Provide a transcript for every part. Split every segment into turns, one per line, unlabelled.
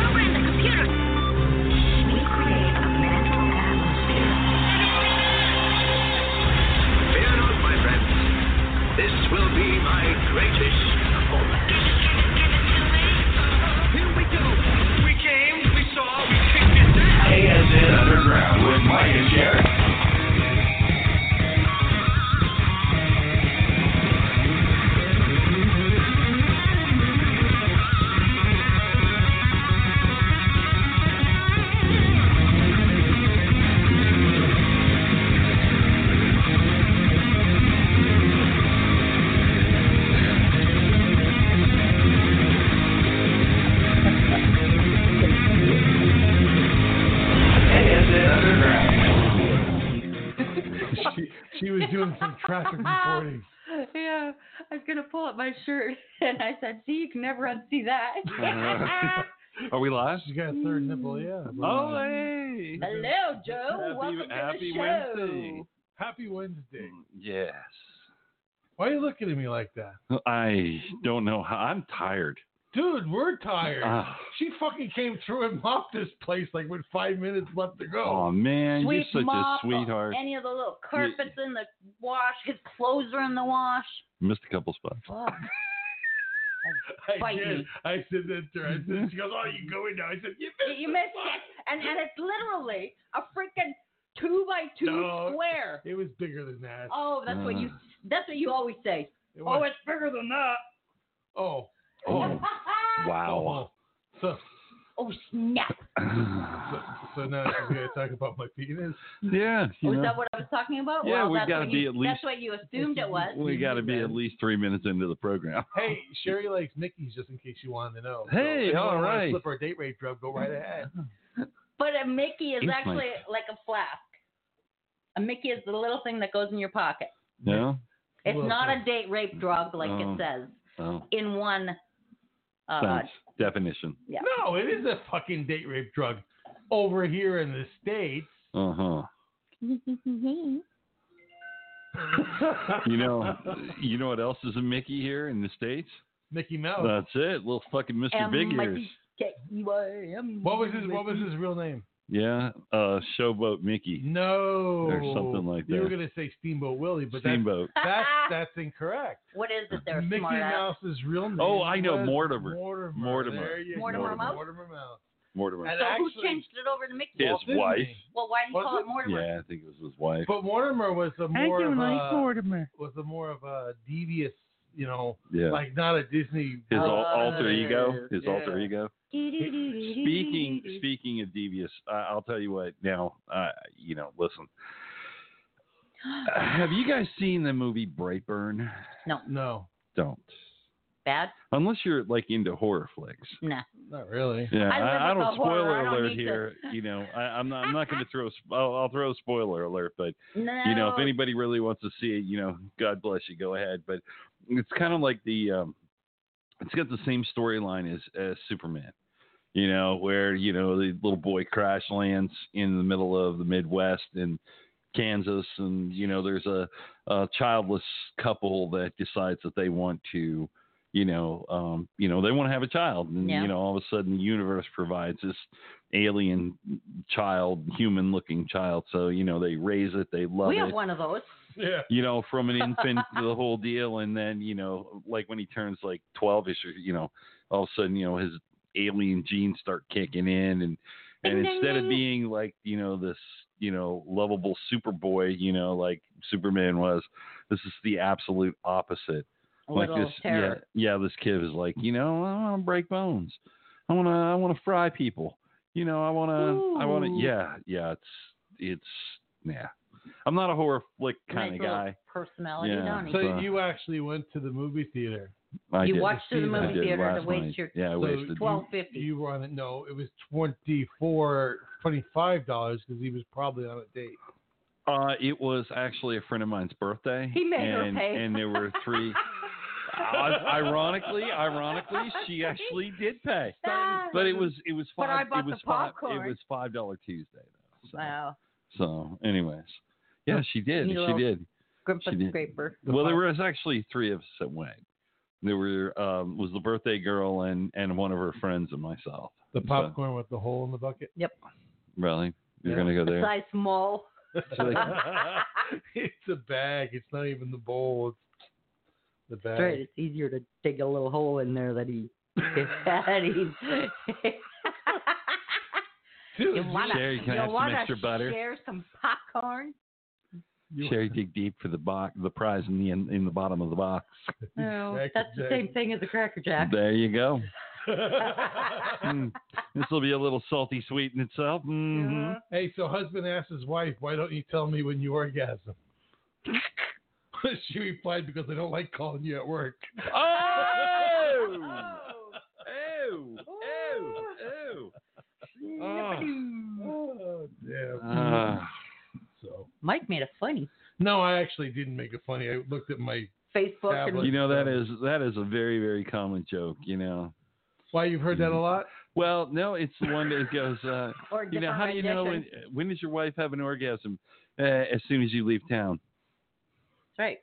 Program the computer. We create a mental atmosphere.
Fear not, my friends. This will be my greatest moment. Here we go. We came, we saw, we kicked it down. ASN Underground with Mike and Jerry. ASN Underground.
she, she was doing some traffic reporting.
yeah, I was gonna pull up my shirt, and I said, "See, you can never unsee that."
Are we live?
She got a third
Mm.
nipple, yeah.
Oh, hey.
Hello, Joe.
Happy-
Welcome
happy
to the show.
Wednesday.
Happy Wednesday.
Yes.
Why are you looking at me like that?
I don't know how. I'm tired.
Dude, we're tired.
Ah.
she fucking came through and mopped this place like with five minutes left to
Oh,
go.
man.
Sweep
You're such
mop,
a sweetheart.
Any of the little carpets in the wash, his clothes are in the wash.
Missed a couple spots.
Ugh.
I
bite
did.
me.
I said that to her. I said, she goes, oh, you go in now. I said, you missed
you
the
missed
spot."
it, and and it's literally a freaking two by two
No.
square.
It was bigger than that.
Oh, that's what you.
Uh.
That's what you always say.
It
Oh,
was,
it's bigger than that.
oh,
Oh, wow.
oh. So,
oh snap.
so, so now we're going to talk about my penis.
yeah. You
Was
know,
Oh, that what I was talking about?
Yeah,
well,
we
that's
gotta
what
be
you-
at least-
That's what you assumed it was.
we got to be at least three minutes into the program.
Hey, Sherry likes Nikki's just in case you wanted to know. So
Hey,
if anyone
all
wanna
right.
Slip our date rape drug, go right ahead.
But a Mickey is
Ink
actually like a flask. A Mickey is the little thing that goes in your pocket.
No?
It's
Well,
not
yeah.
a date rape drug like
Oh.
it says
Oh,
in one. Uh,
thanks. Definition.
yeah.
No, it is a fucking date rape drug over here in the States.
Uh huh. You know, you know what else is a Mickey here in the States?
Mickey Mouse.
That's it. Little fucking Mr. Big Ears.
M-I-C-K-E-Y-M.
what was his what was his real name?
Yeah, uh, Showboat Mickey,
No.
Or something like
You were
that.
gonna say Steamboat Willie, but that's
Steamboat.
that's, that's incorrect.
What is it there?
Mickey
smart ass?
Mouse's real name.
Oh, I know,
was
Mortimer.
Mortimer.
Mortimer.
There you
Mortimer
go.
Mouse?
Mortimer Mouse.
Mortimer.
And
So who
actually,
changed it over to Mickey?
His
Walt Disney.
wife.
Well, why do you
Was
call
it?
it Mortimer?
Yeah, I think it was his wife.
But Mortimer was a more of a,
Mortimer.
was a more of a devious, you know,
Yeah.
like not a Disney.
his al-
Uh,
alter ego. His
yeah.
alter ego. Speaking speaking of devious, I I'll tell you what. Now, uh, you know, listen. Uh, have you guys seen the movie Brightburn?
No,
Don't.
Bad?
Unless you're like into horror flicks.
Nah.
not really.
Yeah,
I live
I, I
with
don't
the horror.
spoiler
I don't
alert
need to-
here. You know, I, I'm not. I'm not going to throw. a sp- I'll, I'll throw a spoiler alert, but
No.
you know, if anybody really wants to see it, you know, God bless you, go ahead. But it's kind of like the, um, it's got the same storyline as, as Superman, you know, where, you know, the little boy crash lands in the middle of the Midwest in Kansas. And, you know, there's a, a childless couple that decides that they want to, you know, um, you know, they want to have a child. And,
Yeah.
you know, all of a sudden the universe provides this alien child, human looking child. So, you know, they raise it, they love
we
it
have one of those.
Yeah.
you know, from an infant to the whole deal. And then, you know, like when he turns like 12 ish, you know, all of a sudden, you know, his alien genes start kicking in. And, and
Ding, ding,
instead of
ding.
being like, you know, this, you know, lovable superboy, you know, like Superman was, this is the absolute opposite.
A
like
little
this, yeah,
terror.
yeah, this kid is like, you know, I want to break bones. I want to, I want to fry people. You know, I want to, I want to,
Ooh.
yeah, yeah, it's, it's, yeah. I'm not a horror flick kind
nice
of guy.
little Personality,
Yeah.
don't he?
So
So-
you actually went to the movie theater.
I
you
did.
watched to the
I
movie
did
theater to
last
waste
night.
your
yeah, I
So
wasted.
twelve fifty.
You were on it. No, it was twenty four, twenty five dollars because he was probably on a date.
Uh, it was actually a friend of mine's birthday.
He made her
and,
pay.
And there were three. I- ironically, ironically, she actually did pay,
Ah.
but it was it was
But I
five.
bought
it
the
was five. It
popcorn.
was five dollar Tuesday though. So,
Wow.
so, anyways, yeah, she did.
You
She
little-
did.
Grandpa
She did.
Scraper.
Well, there was actually three of us that went. There were um, was the birthday girl and and one of her friends and myself.
The
So-
popcorn with the hole in the bucket.
Really, you're
Yeah.
gonna go there?
Size small.
it's a bag. It's not even the bowl. It's the bag.
That's right. It's easier to dig a little hole in there than he. that he
Dude,
You wanna,
Sherry, can I
you
have some
wanna
extra butter?
share some popcorn?
Sherry dig deep for the box, the prize in the in, in the bottom of the box.
No,
Cracker
that's the
Jack.
same thing as a Cracker Jack.
There you go. Mm. This will be a little salty sweet in itself. hmm
hey, so husband asked his wife, "Why don't you tell me when you orgasm?" she replied, "Because I don't like calling you at work."
Oh! Ew! Ew! Ew!
Oh, damn.
Hmm.
Ah.
so
Mike made a funny
no, I actually didn't make it funny. I looked at my.
Facebook
Tablet.
and
you know that is that is a very very common joke. You know.
Why you've heard
Mm-hmm.
that a lot?
Well, no, it's the one that goes. Uh,
or
you know, how do you know when when does your wife have an orgasm? Uh, as soon as you leave town.
That's right.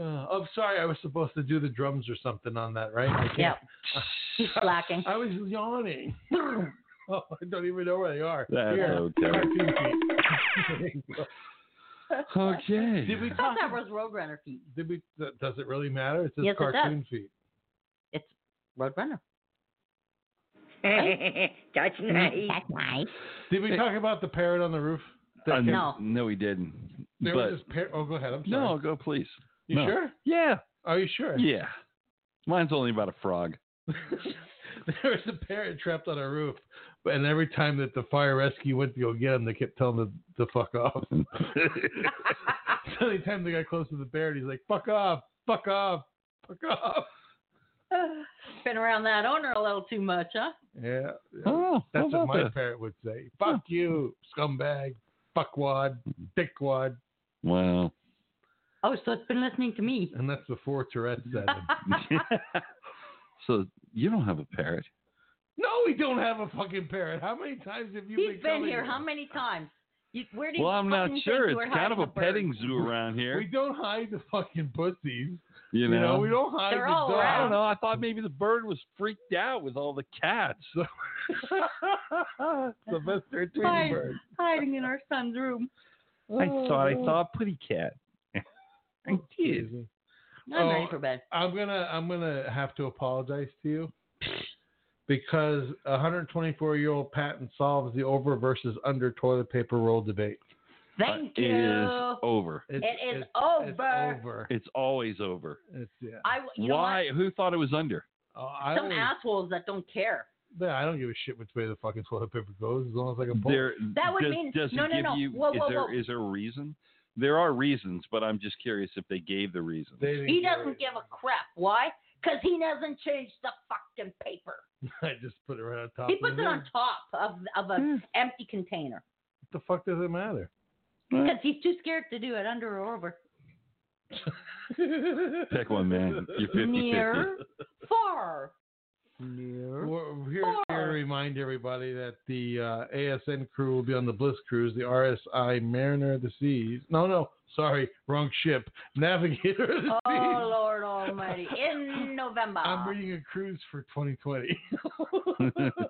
Uh, oh, sorry, I was supposed to do the drums or something on that, right? I can't-
Yeah. He's slacking.
I was yawning. oh, I don't even know where they are.
That's
Here.
okay.
Cartoon feet.
Okay. Uh,
Did we
I
talk?
thought that was Roadrunner feet.
Did we? th- Does it really matter? It's just
Yes, it does.
cartoon feet.
Roadrunner.
that's nice.
Did we
Hey.
talk about the parrot on the roof? That
Uh,
came-
No.
No, we didn't.
There
but
was this parrot. Oh, go ahead. I'm sorry.
no, go please.
You
no.
sure?
Yeah.
Are you sure?
Yeah. Mine's only about a frog.
there was a parrot trapped on a roof, but- and every time that the fire rescue went to go get him, they kept telling him to fuck off. so anytime they got close to the parrot, he's like, "Fuck off, fuck off, fuck off."
Been around that owner a little too much, huh?
Yeah, yeah.
Oh,
that's
how
what
about
my
that?
parrot would say. Fuck you, scumbag, fuckwad,
Mm-hmm.
dickwad,
Wow.
Oh, so it's been listening to me.
and that's before Tourette's
Mm-hmm.
said him.
so you don't have a parrot.
No, we don't have a fucking parrot. How many times have you
He's been
telling
here
me?
how many times? You, where do you
Well, I'm not
fucking
sure.
think
It's
we're
kind of
hiding
a
bird?
petting zoo around
We
here.
don't hide the fucking pussies.
You
You
know,
know, we don't hide
They're
the
all
dogs.
I
around.
don't know. I thought maybe the bird was freaked out with all the cats.
Sylvester
Fine.
Tweedenberg.
Hiding in our son's room.
I thought I saw a putty cat. I did.
Excuse me.
I'm ready
Oh.
for bed.
Mm-hmm. I'm gonna I'm gonna have to apologize to you because 124 year old patent solves the over versus under toilet paper roll debate.
Thank
uh, It
you.
is over.
It's,
It is
it's- It's
over.
over.
It's always over.
It's, yeah.
I, you know
Why? Who thought it was under?
Oh,
what?
I,
Some
don't,
assholes that don't care.
yeah, I don't give a shit which way the fucking toilet paper goes as long as I can pull.
There,
That would
does,
mean-
does
no,
it
no,
give
no.
you?
Whoa,
is
whoa,
there
whoa.
is there a reason? There are reasons, but I'm just curious if they gave the reason.
They didn't
He
care.
doesn't give a crap. Why? Because he doesn't change the fucking paper.
I just put it right on top.
He
of
puts
the
it on
lid.
top of of an empty container
What the fuck does it matter?
because he's too scared to do it under or over.
Pick one, man. You're 50
Near, far. Near.
We're we're here, here to remind everybody that the uh, ASN crew will be on the Bliss Cruise, the RSI Mariner of the Seas. No, no, sorry, wrong ship. Navigator of the
Oh
Seas.
Lord Almighty! In November.
I'm reading a cruise for 2020.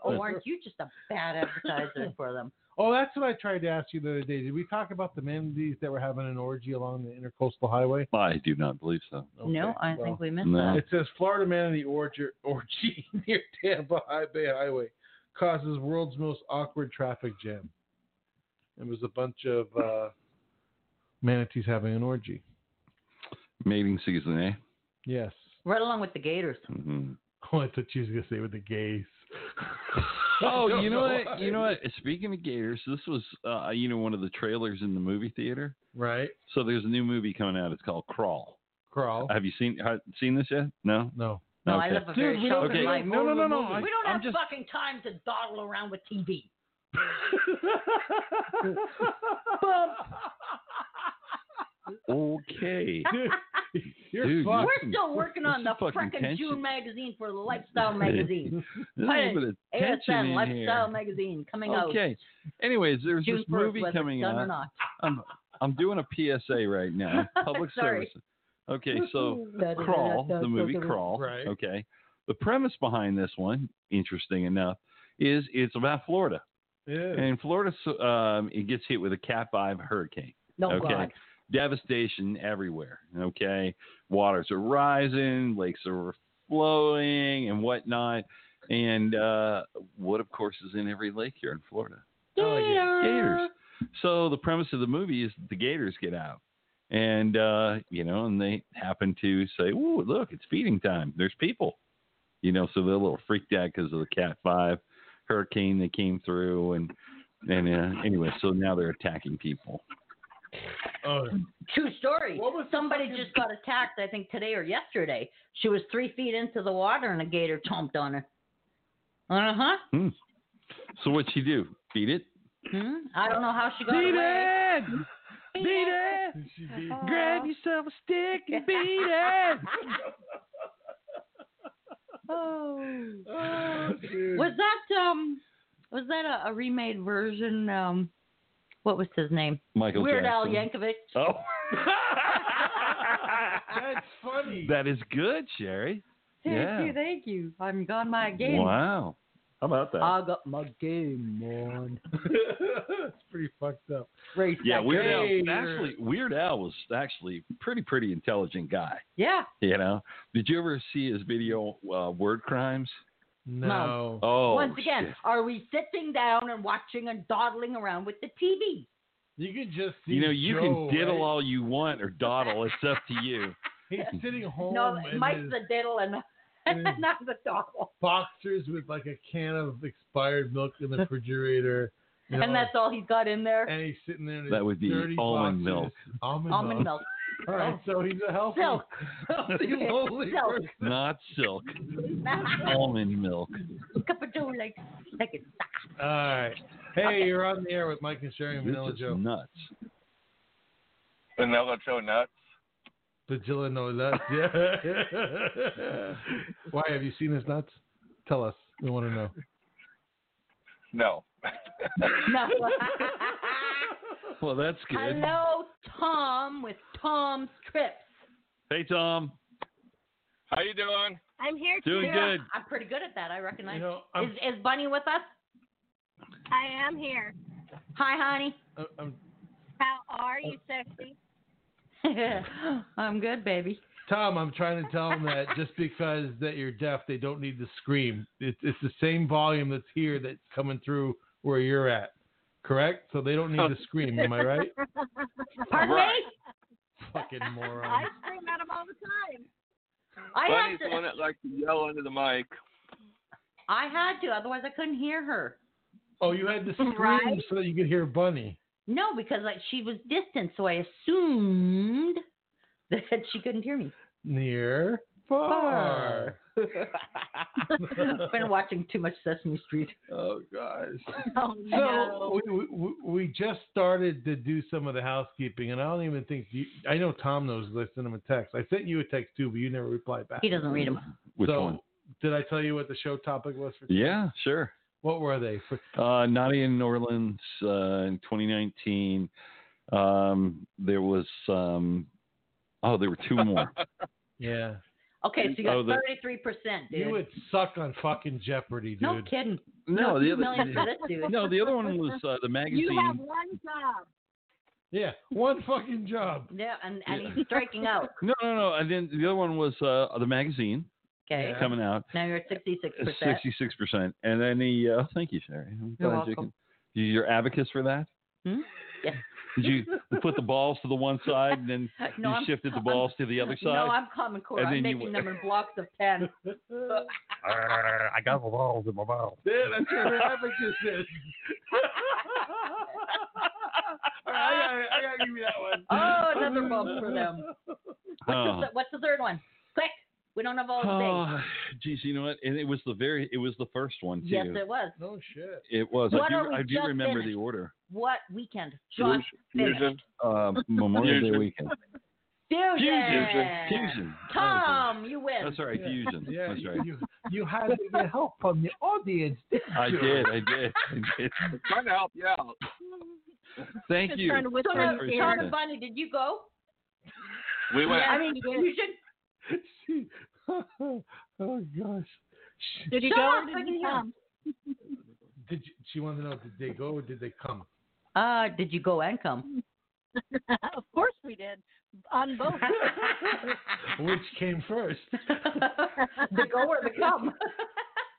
oh, aren't you just a bad advertiser for them?
oh, that's what I tried to ask you the other day. Did we talk about the Mandy's that were having an orgy along the intercoastal highway?
I do not believe so.
no,
Okay,
I
well.
think we missed
No.
that.
It says Florida man in the orgy, orgy near Tampa High Bay Highway causes world's most awkward traffic jam. It was a bunch of uh, manatees having an orgy.
Mating season, eh?
Yes.
Right along with the Gators.
hmm
Oh, I thought she was gonna say with the gays. I
Oh,
don't
you know
why.
what? You know what? Speaking of Gators, this was uh, you know one of the trailers in the movie theater.
Right.
So there's a new movie coming out. It's called Crawl.
Crawl.
Have you seen ha- seen this yet? No.
No.
No, I
Okay.
live a very
Dude, we don't-
sheltered
Okay.
life.
No, no, no, no.
We don't
Oh, I'm
have
just-
fucking time to dawdle around with TV.
okay.
You're
Dude,
fucked.
Fucking-
We're still working on the
this fucking
frickin'
tension.
June magazine for the Lifestyle magazine.
There's
Hey,
a little bit of tension
ASM
in
Lifestyle
here.
magazine coming out
Okay. Anyways, there's
June
this
1st,
movie
whether it's
coming
done
out.
or not.
I'm I'm doing a PSA right now. Public
Sorry.
service. Okay, so
Da- da- da-
Crawl,
da- da-
the movie
da- da-
Crawl.
Right.
Okay. The premise behind this one, interesting enough, is it's about Florida.
Yeah.
And Florida, so- um, it gets hit with a Cat 5 hurricane.
No
okay.
God.
Devastation everywhere. Okay. Waters are rising, lakes are flowing, and whatnot. And uh, what, of course, is in every lake here in Florida? Gators. So the premise of the movie is the Gators get out, and uh, you know, and they happen to say, "Ooh, look, it's feeding time. There's people," you know. So they're a little freaked out because of the Cat Five hurricane that came through, and and uh, anyway, so now they're attacking people.
Oh,
True story.
What was the
Somebody
fucking-
just got attacked, I think today or yesterday. She was three feet into the water and a gator chomped on her. Uh huh.
So what'd she do? Beat it.
Hmm? I don't know how she got away.
it! Beat it!
she beat-
Uh-huh.
Grab yourself a stick and beat it!
Oh, dude.
Was that um was that a, a remade version? Um what was his name?
Michael
Weird Al
Jackson. Uh,
Yankovic.
Oh.
That's funny.
that is good, Sherry.
Thank
Yeah.
you, thank you. I'm gone my game.
Wow. How about that?
I got my game on.
That's pretty fucked up.
Race
yeah,
that
Weird Al
game.
actually Weird Al was actually pretty pretty intelligent guy.
Yeah.
You know, did you ever see his video uh, Word Crimes?
No.
Oh,
Once again,
shit.
are we sitting down and watching and dawdling around with the TV?
You can just see
you know you
Joe,
can diddle
right?
all you want or dawdle. it's up to you.
He's sitting home
no,
in
Mike's
his
the diddle and
Mm.
not the dawdle.
boxers with like a can of expired milk in the refrigerator. you
And
know,
that's all he's got in there.
and he's sitting there. In his
That would be
dirty
almond
boxers. Almond,
Almond milk.
All right, so he's a healthy,
Silk.
healthy, lonely
Silk.
person.
Not silk,
Cup
almond milk.
of Joe, like, like it's
All right. Hey,
Okay.
you're on the air with Mike and Sherry and Vanilla
this is
Joe.
nuts.
Vanilla Joe nuts.
Vanilla no nuts. Yeah. Why have you seen his nuts? Tell us. We want to know.
No.
no.
Well, that's good.
Hello, Tom with Tom's Trips.
Hey, Tom.
How you doing?
I'm here
Doing
too.
good.
I'm pretty good at that. I recognize.
You know, I'm-
is, is Bunny with us?
I am here.
Hi, honey.
I- I'm,
How are you, sexy?
I'm good, baby.
Tom, I'm trying to tell them that just because that you're deaf, they don't need to scream. It's it's the same volume that's here that's coming through where you're at, correct? So they don't need to scream. Am I right?
Pardon
Right.
me?
Fucking
I
moron.
scream at him all the time.
I
Bunny's
had
the one
to.
that likes to yell under the mic.
I had to, otherwise I couldn't hear her.
Oh, you had to scream
Right?
so that you could hear Bunny.
No, because like she was distant, so I assumed that she couldn't hear me.
Near, far.
Been watching too much Sesame Street.
oh gosh.
Oh,
So we, we we just started to do some of the housekeeping, and I don't even think you, I know Tom knows. 'cause I sent him a text. I sent you a text too, but you never replied back.
He doesn't read them.
Which
so,
one?
Did I tell you what the show topic was for?
Yeah, sure.
What were they? For,
Uh, Naughty in New Orleans uh, in 2019. Um, there was um, oh, there were two more.
yeah.
Okay, so you got
Oh, the-
thirty-three percent, dude.
You would suck on fucking Jeopardy, dude.
no kidding.
no, the
two million
other
credits, dude.
no, the other one was uh, the
You have
magazine.
one job.
Yeah, one fucking job.
Yeah, and, and he's striking out.
No, no, no. And then the other one was uh, the magazine
Okay.
Yeah.
coming out. Uh,
Now you're at sixty-six percent.
Sixty-six percent, and then the uh, thank you, Sherry. I'm
You're
glad you
welcome.
can- you- You're advocate for that.
Hmm? Yeah.
Did you put the balls to the one side and then
No,
you
I'm-
shifted the
I'm-
balls to the other side?
No, I'm Common Core.
And
I'm
then you
making
went-
them in blocks of ten.
I got the balls in my mouth.
Yeah, that's what advocacy is. All right, I, gotta- I gotta give you that one.
Oh, another bump for them. What's,
Oh.
the, what's the third one? Quick, we don't have all day.
Oh, geez, you know what? And it was the very, it was the first one too.
Yes, it was.
No shit.
It was.
What
I
are
do,
we
I do
just
remember
finished?
the order.
What weekend? Just finished.
Fusion.
Uh, Memorial Day
Fusion.
weekend.
Fusion.
Fusion. Fusion. Oh,
Tom, you win.
That's right. Fusion.
Yeah,
That's right.
you, you had to get help from the audience. didn't
I
you?
did. I did. I did.
Trying to help you out.
Thank
Just
you.
trying to whisper
Thank
in
you for sharing
his ear.
Tom and Bunny, did you go?
We went.
I mean, you should.
She- oh gosh. She,
Did he
Shut
go
up,
or
I
did
can
he
hear
come?
did you, she wanted to know did they go or did they come?
Uh, did you go and come?
of course we did. On both.
Which came first?
the go or the come?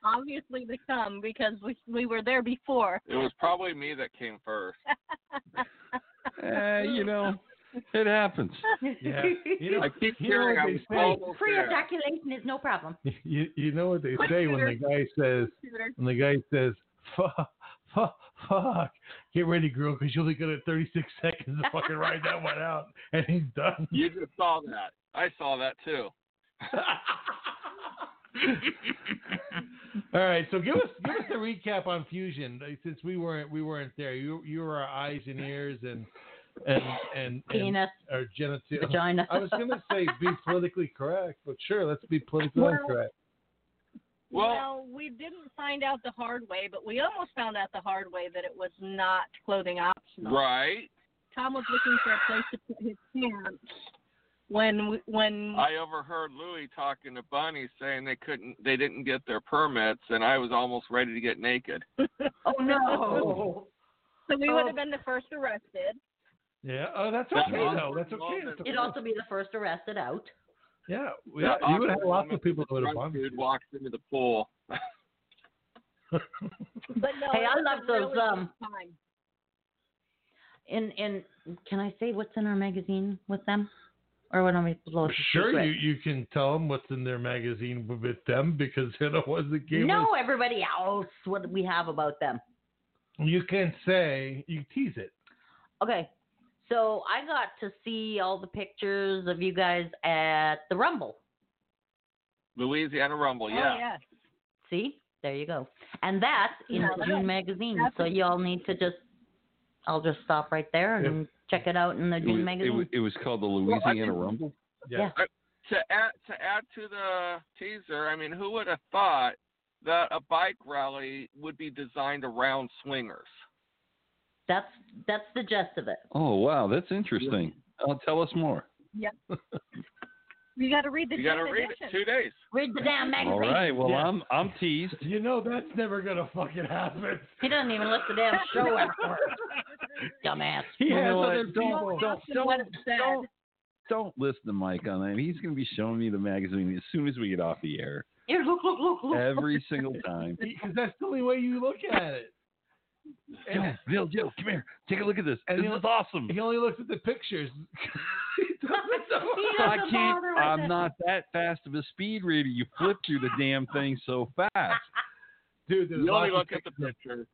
Obviously the come because we we were there before.
It was probably me that came first.
it. Eh, you know, it happens.
Yeah. You know,
I keep
you know
hearing
what
I
they
was
say.
almost there.
Pre-ejaculation is no problem.
You, you know what they say when the guy says when the guy says fuck fuck fuck get ready girl because you only got 36 seconds to fucking ride that one out and he's done.
You just saw that. I saw that too.
All right, so give us give us a recap on Fusion like, since we weren't we weren't there. You you were our eyes and ears and and and, and
Penis,
our genitalia.
vagina.
I was gonna say be politically correct, but sure, let's be politically
Well-
correct.
Well-
well, we didn't find out the hard way, but we almost found out the hard way that it was not clothing optional.
Right.
Tom was looking for a place to put his pants when we, when
I overheard Louie talking to Bunny saying they couldn't, they didn't get their permits, and I was almost ready to get naked.
oh no!
so we would have been the first arrested.
Yeah. Oh, that's
That
okay though.
awkward
That's okay.
moment.
That's okay.
It'd also be the first arrested out.
yeah. yeah.
That
You would have
awkward
lots of
moment
people that
when
would
the
have
drunk
bombed
Dude walks into the pool.
But no,
Hey, I
it was
love
a
those,
really
um,
good time.
In in can I say what's in our magazine with them, or what am I supposed to
Sure,
secret?
you, you can tell them what's in their magazine with them because they're the ones that gave us
know everybody else what we have about them.
You can say you tease it.
Okay. So I got to see all the pictures of you guys at the Rumble.
Louisiana Rumble, yeah.
Oh, yeah.
See? There you go. And that's in
Yeah,
June
that's-
magazine.
that's-
So y'all need to just I'll just stop right there and check it out in the
It
June
was, it,
magazine.
was, it was called the
Well, I
Louisiana
mean-
Rumble.
Yeah.
to add to add to the teaser, I mean, who would have thought that a bike rally would be designed around swingers?
that's that's the gist of it.
Oh wow, that's interesting. Uh, tell us more.
You got to read the
You got to
June
read it.
edition.
Two days.
Read the damn magazine.
All right. Well,
Yeah.
I'm I'm teased.
You know that's never gonna fucking happen.
He doesn't even let the damn show afterwards. Dumbass.
He
You
has
know what?
other people.
Don't- don't- what it said.
don't, don't listen to Mike on that. He's going to be showing me the magazine as soon as we get off the air.
Here, look, look, look, look.
Every single time.
Because that's the only way you look at it.
Yo, Bill, Joe, come here. Take a look at this.
And
this
he'll-
is awesome.
He only looks at the pictures. He doesn't know.
He
I
doesn't
can't.
bother with
I'm
it.
not that fast of a speed reader. You flip through the damn thing so fast.
Dude, there's
You only
lots of
look
pictures.
at the picture.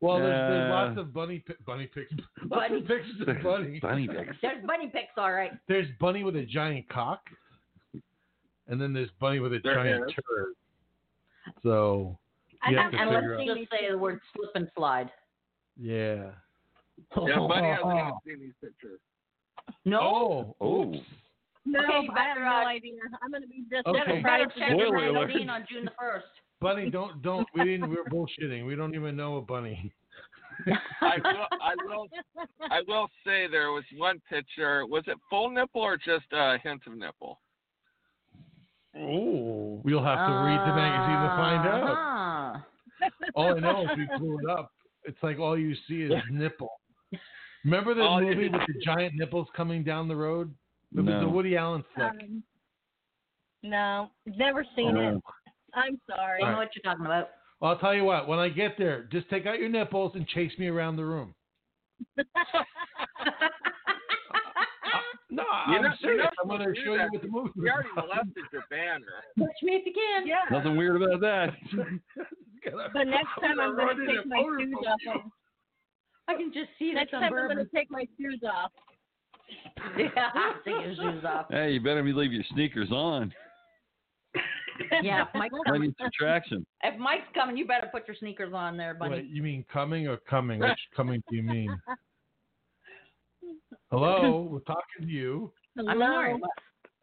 Well, there's, there's
Uh,
lots of bunny pi- bunny pictures. Lots of pictures of bunny.
Bunny picks.
There's bunny pics, all right.
There's bunny with a giant cock, and then there's bunny with a
There
giant
is.
turd. So
I
you
thought
have to
that
And
was
figure
let's
out.
just say the word slip and slide.
yeah.
Yeah, Bunny hasn't even seen these pictures.
No.
Oh.
Oh.
oops.
No,
Okay, you
I have
better,
no
uh,
idea. I'm going to be just
Oh, Okay.
You
okay.
better check the
Spoiler alert.
magazine on June the first.
Bunny, don't don't. We didn't. We're bullshitting. We don't even know a bunny.
I will. I will. I will say there was one picture. Was it full nipple or just a hint of nipple?
Oh. We'll have to read the magazine to find out.
Uh-huh.
All I know is we blew it up. It's like all you see is nipple. Remember the
All you-
movie with the giant nipples coming down the road? It was the
No.
Woody Allen flick.
Um, no, never seen
Uh.
Oh,
it. I'm sorry.
I know what you're talking about.
Well, I'll tell you what. When I get there, just take out your nipples and chase me around the room. No,
You're
I'm
not- you're
serious.
not
I'm going to
supposed to
show
do
you
that.
what the movie.
We already
was about.
molested your banner.
Touch me if you can.
yeah.
Nothing weird about that.
But next time I'm going to
running
take
and
my
voting
shoes
for
off.
you.
and-
I can just see
Next
that
time I'm going
suburban.
to take my shoes off.
Yeah, take your shoes off.
Hey, you better be leave your sneakers on.
Yeah, if Mike's
I
coming,
need subtraction.
if Mike's coming, you better put your sneakers on there, buddy.
Wait, you mean coming or coming? Which coming do you mean? Hello, we're talking to you.
I'm sorry.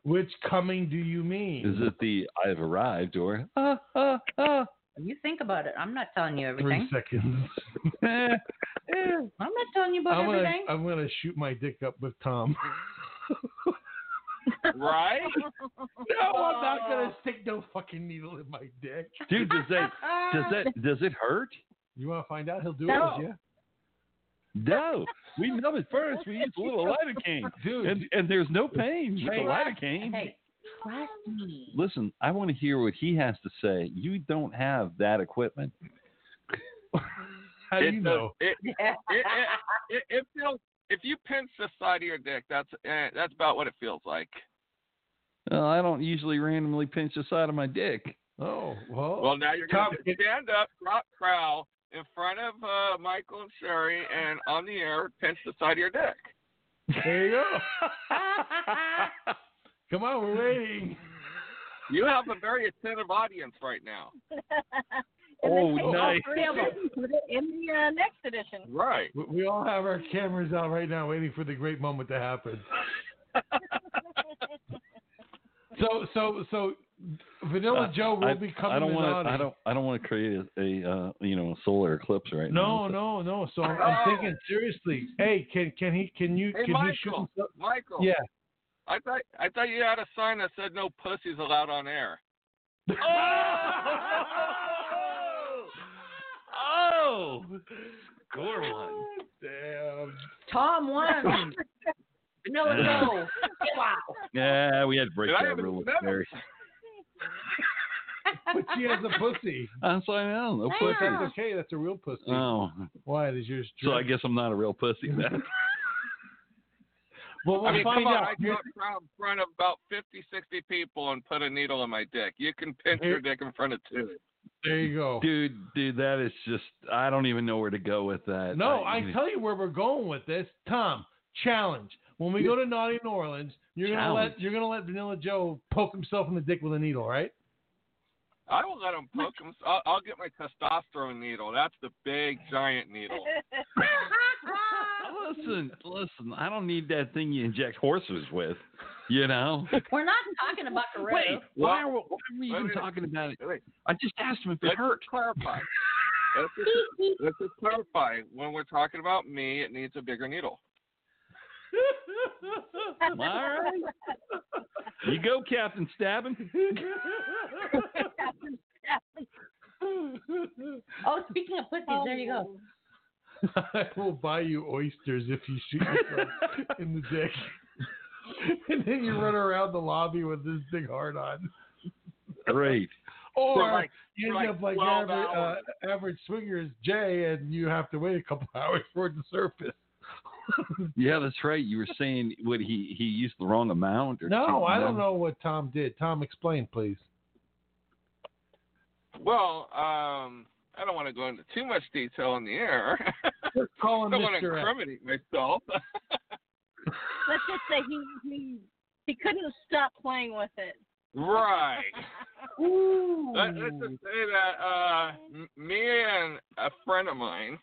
Which coming do you mean?
Is it the I've arrived or
Uh, uh, uh. You think about it. I'm not telling you
Three
everything.
seconds.
Eh,
I'm not telling you about
I'm gonna,
everything.
I'm gonna shoot my dick up with Tom.
right?
no, I'm not
Oh.
gonna stick no fucking needle in my dick.
dude? Does
Ah,
that does that does it hurt?
You wanna find out? He'll do
No.
it with you.
No, we numb it first. We use a little lidocaine,
Dude.
and and there's no pain with the lidocaine.
Hey, trust me.
Listen, I want to hear what he has to say. You don't have that equipment.
How do
It
you
does-
know?
It, it, it, it, it feels, if you pinch the side of your dick, that's eh, that's about what it feels like.
Uh, I don't usually randomly pinch the side of my dick.
Oh, well.
Well, now you're going
Tom,
to stand up, drop prowl in front of uh, Michael and Sherry, and on the air, pinch the side of your dick.
there you go. Come on, we're waiting.
You have a very attentive audience right now.
Oh,
take
nice.
all three of them, put it in the uh, next edition.
Right.
We- We all have our cameras out right now, waiting for the great moment to happen. so, so, so, Vanilla
Uh,
Joe will
I,
be coming
I don't
in
wanna-
on
I
it.
don't. I don't want to create a, a uh, you know a solar eclipse right
No,
now.
no, no. So I'm, I'm
Oh!
thinking seriously. Hey, can can he can you
Hey,
can
Michael.
he shoot? himself-
Michael.
Yeah.
I thought I thought you had a sign that said no pussies allowed on air.
Oh, score one.
Damn.
Tom won. Vanilla Joe. Wow.
Yeah, we had to break
Did I
that
even
rule. with
know?
Mary.
But she has a pussy.
I'm sorry, no, no
Damn.
pussy.
That's okay. That's a real pussy.
Oh,
Why is yours?
so I
jerk?
guess I'm not a real pussy then.
Well, we'll
I mean,
find
come on,
out.
I
Here's-
dropped proud in front of about 50, 60 people and put a needle in my dick. You can pinch your dick in front of two.
there you go.
dude, dude, that is just. I don't even know where to go with that.
No, I tell you where we're going with this, Tom. Challenge. When we go to Naughty New Orleans, you're gonna
Challenge.
let you're gonna let Vanilla Joe poke himself in the dick with a needle, right?
I will let them poke them. I'll, I'll get my testosterone needle. That's the big giant needle.
Listen, listen. I don't need that thing you inject horses with. You know.
We're not talking about Coretta.
Wait, why
Well,
are we, why are
wait a
we even
minute.
talking about it?
Wait.
I just asked him if it
Let's
hurt.
just clarify. Let's just, let's just clarify. When we're talking about me, it needs a bigger needle.
All right. You go, Captain Stabbing.
Oh, speaking of pussies, there you go.
I will buy you oysters if you shoot yourself in the dick. and then you run around the lobby with this thing hard on.
Great.
Or
For like-
you end
for like
up like
12
average, uh,
hours.
average swingers Jay, and you have to wait a couple hours for it to surface.
Yeah, that's right. You were saying what he he used the wrong amount. Or
No,
something.
I don't know what Tom did. Tom, explain, please.
Well, um, I don't want to go into too much detail on the air.
Just call
I
him
don't want to
Mr. X.
incriminate myself.
Let's just say he he he couldn't stop playing with it.
right. Let, let's just say that uh, m- me and a friend of mine,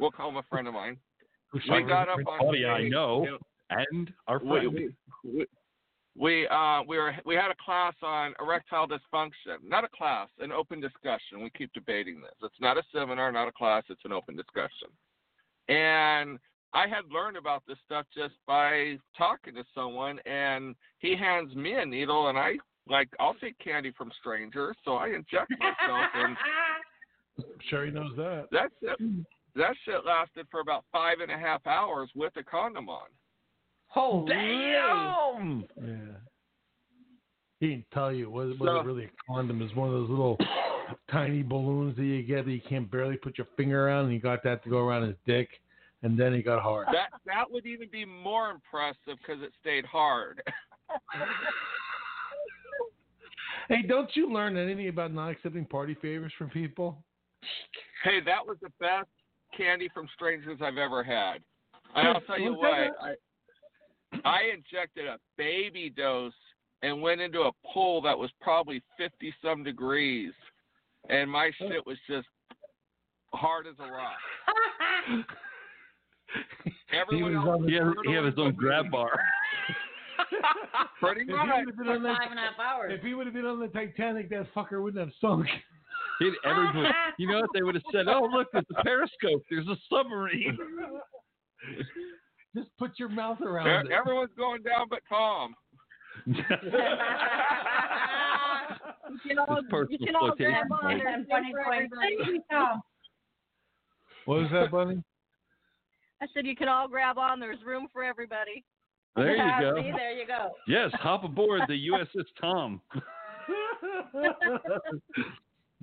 we'll call him a friend of mine. We got up on
Buddy, I
stage,
know.
you know,
And our
we,
friend.
we, we, we, uh, we were we had a class on erectile dysfunction. Not a class, an open discussion. We keep debating this. It's not a seminar, not a class. It's an open discussion. And I had learned about this stuff just by talking to someone, and he hands me a needle, and I like I'll take candy from strangers, so I inject myself, and
Sure, he knows that.
that shit, that shit lasted for about five and a half hours with a condom on.
Holy.
Damn!
Yeah. He didn't tell you. It wasn't,
So-
wasn't really a condom. It's one of those little tiny balloons that you get that you can barely put your finger around. And he got that to go around his dick, and then he got hard.
That that would even be more impressive because it stayed hard.
Hey, don't you learn anything about not accepting party favors from people?
Hey, that was the best candy from strangers I've ever had. And I'll tell you
Look
what,
at
I, I injected a baby dose and went into a pool that was probably 50 some degrees, and my
Oh.
shit was just hard as a rock.
He,
Everyone else
was, he, had, he had his own grab bar.
pretty
If he
much.
would've been on that-
Five and a half hours.
If he would have been on the Titanic, that fucker wouldn't have sunk.
He'd everybody, you know what? They would have said, oh, look, there's a periscope. There's a submarine.
Just put your mouth around
E-
it.
Everyone's going down but Tom.
You know,
His personal
you can all
flotation
grab on
tank.
and
Funny, funny, funny.
What was that, Bunny?
I said you can all grab on. There's room for everybody.
there you go.
See, there you go.
Yes, hop aboard the USS Tom.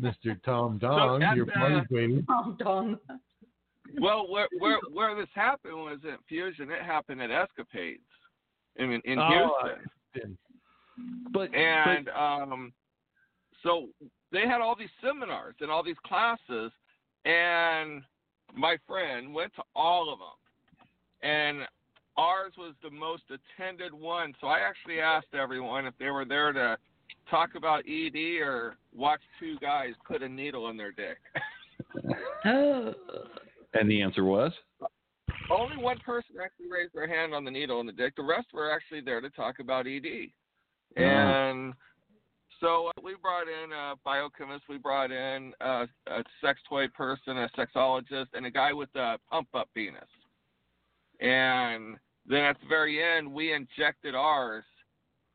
Mr. Tom Dong,
that's,
your
uh,
bunny waiting.
Tom Dong.
Well, where where where this happened was at Fusion. It happened at Escapades. I mean, in Houston.
But,
And um, so they had all these seminars and all these classes, and my friend went to all of them. And ours was the most attended one. So I actually asked everyone if they were there to talk about ED or watch two guys put a needle in their dick.
but, and the answer was?
Only one person actually raised their hand on the needle and the dick. The rest were actually there to talk about ED. And so uh, we brought in a biochemist, we brought in a, a sex toy person, a sexologist, and a guy with a pump up penis. And then at the very end, we injected ours,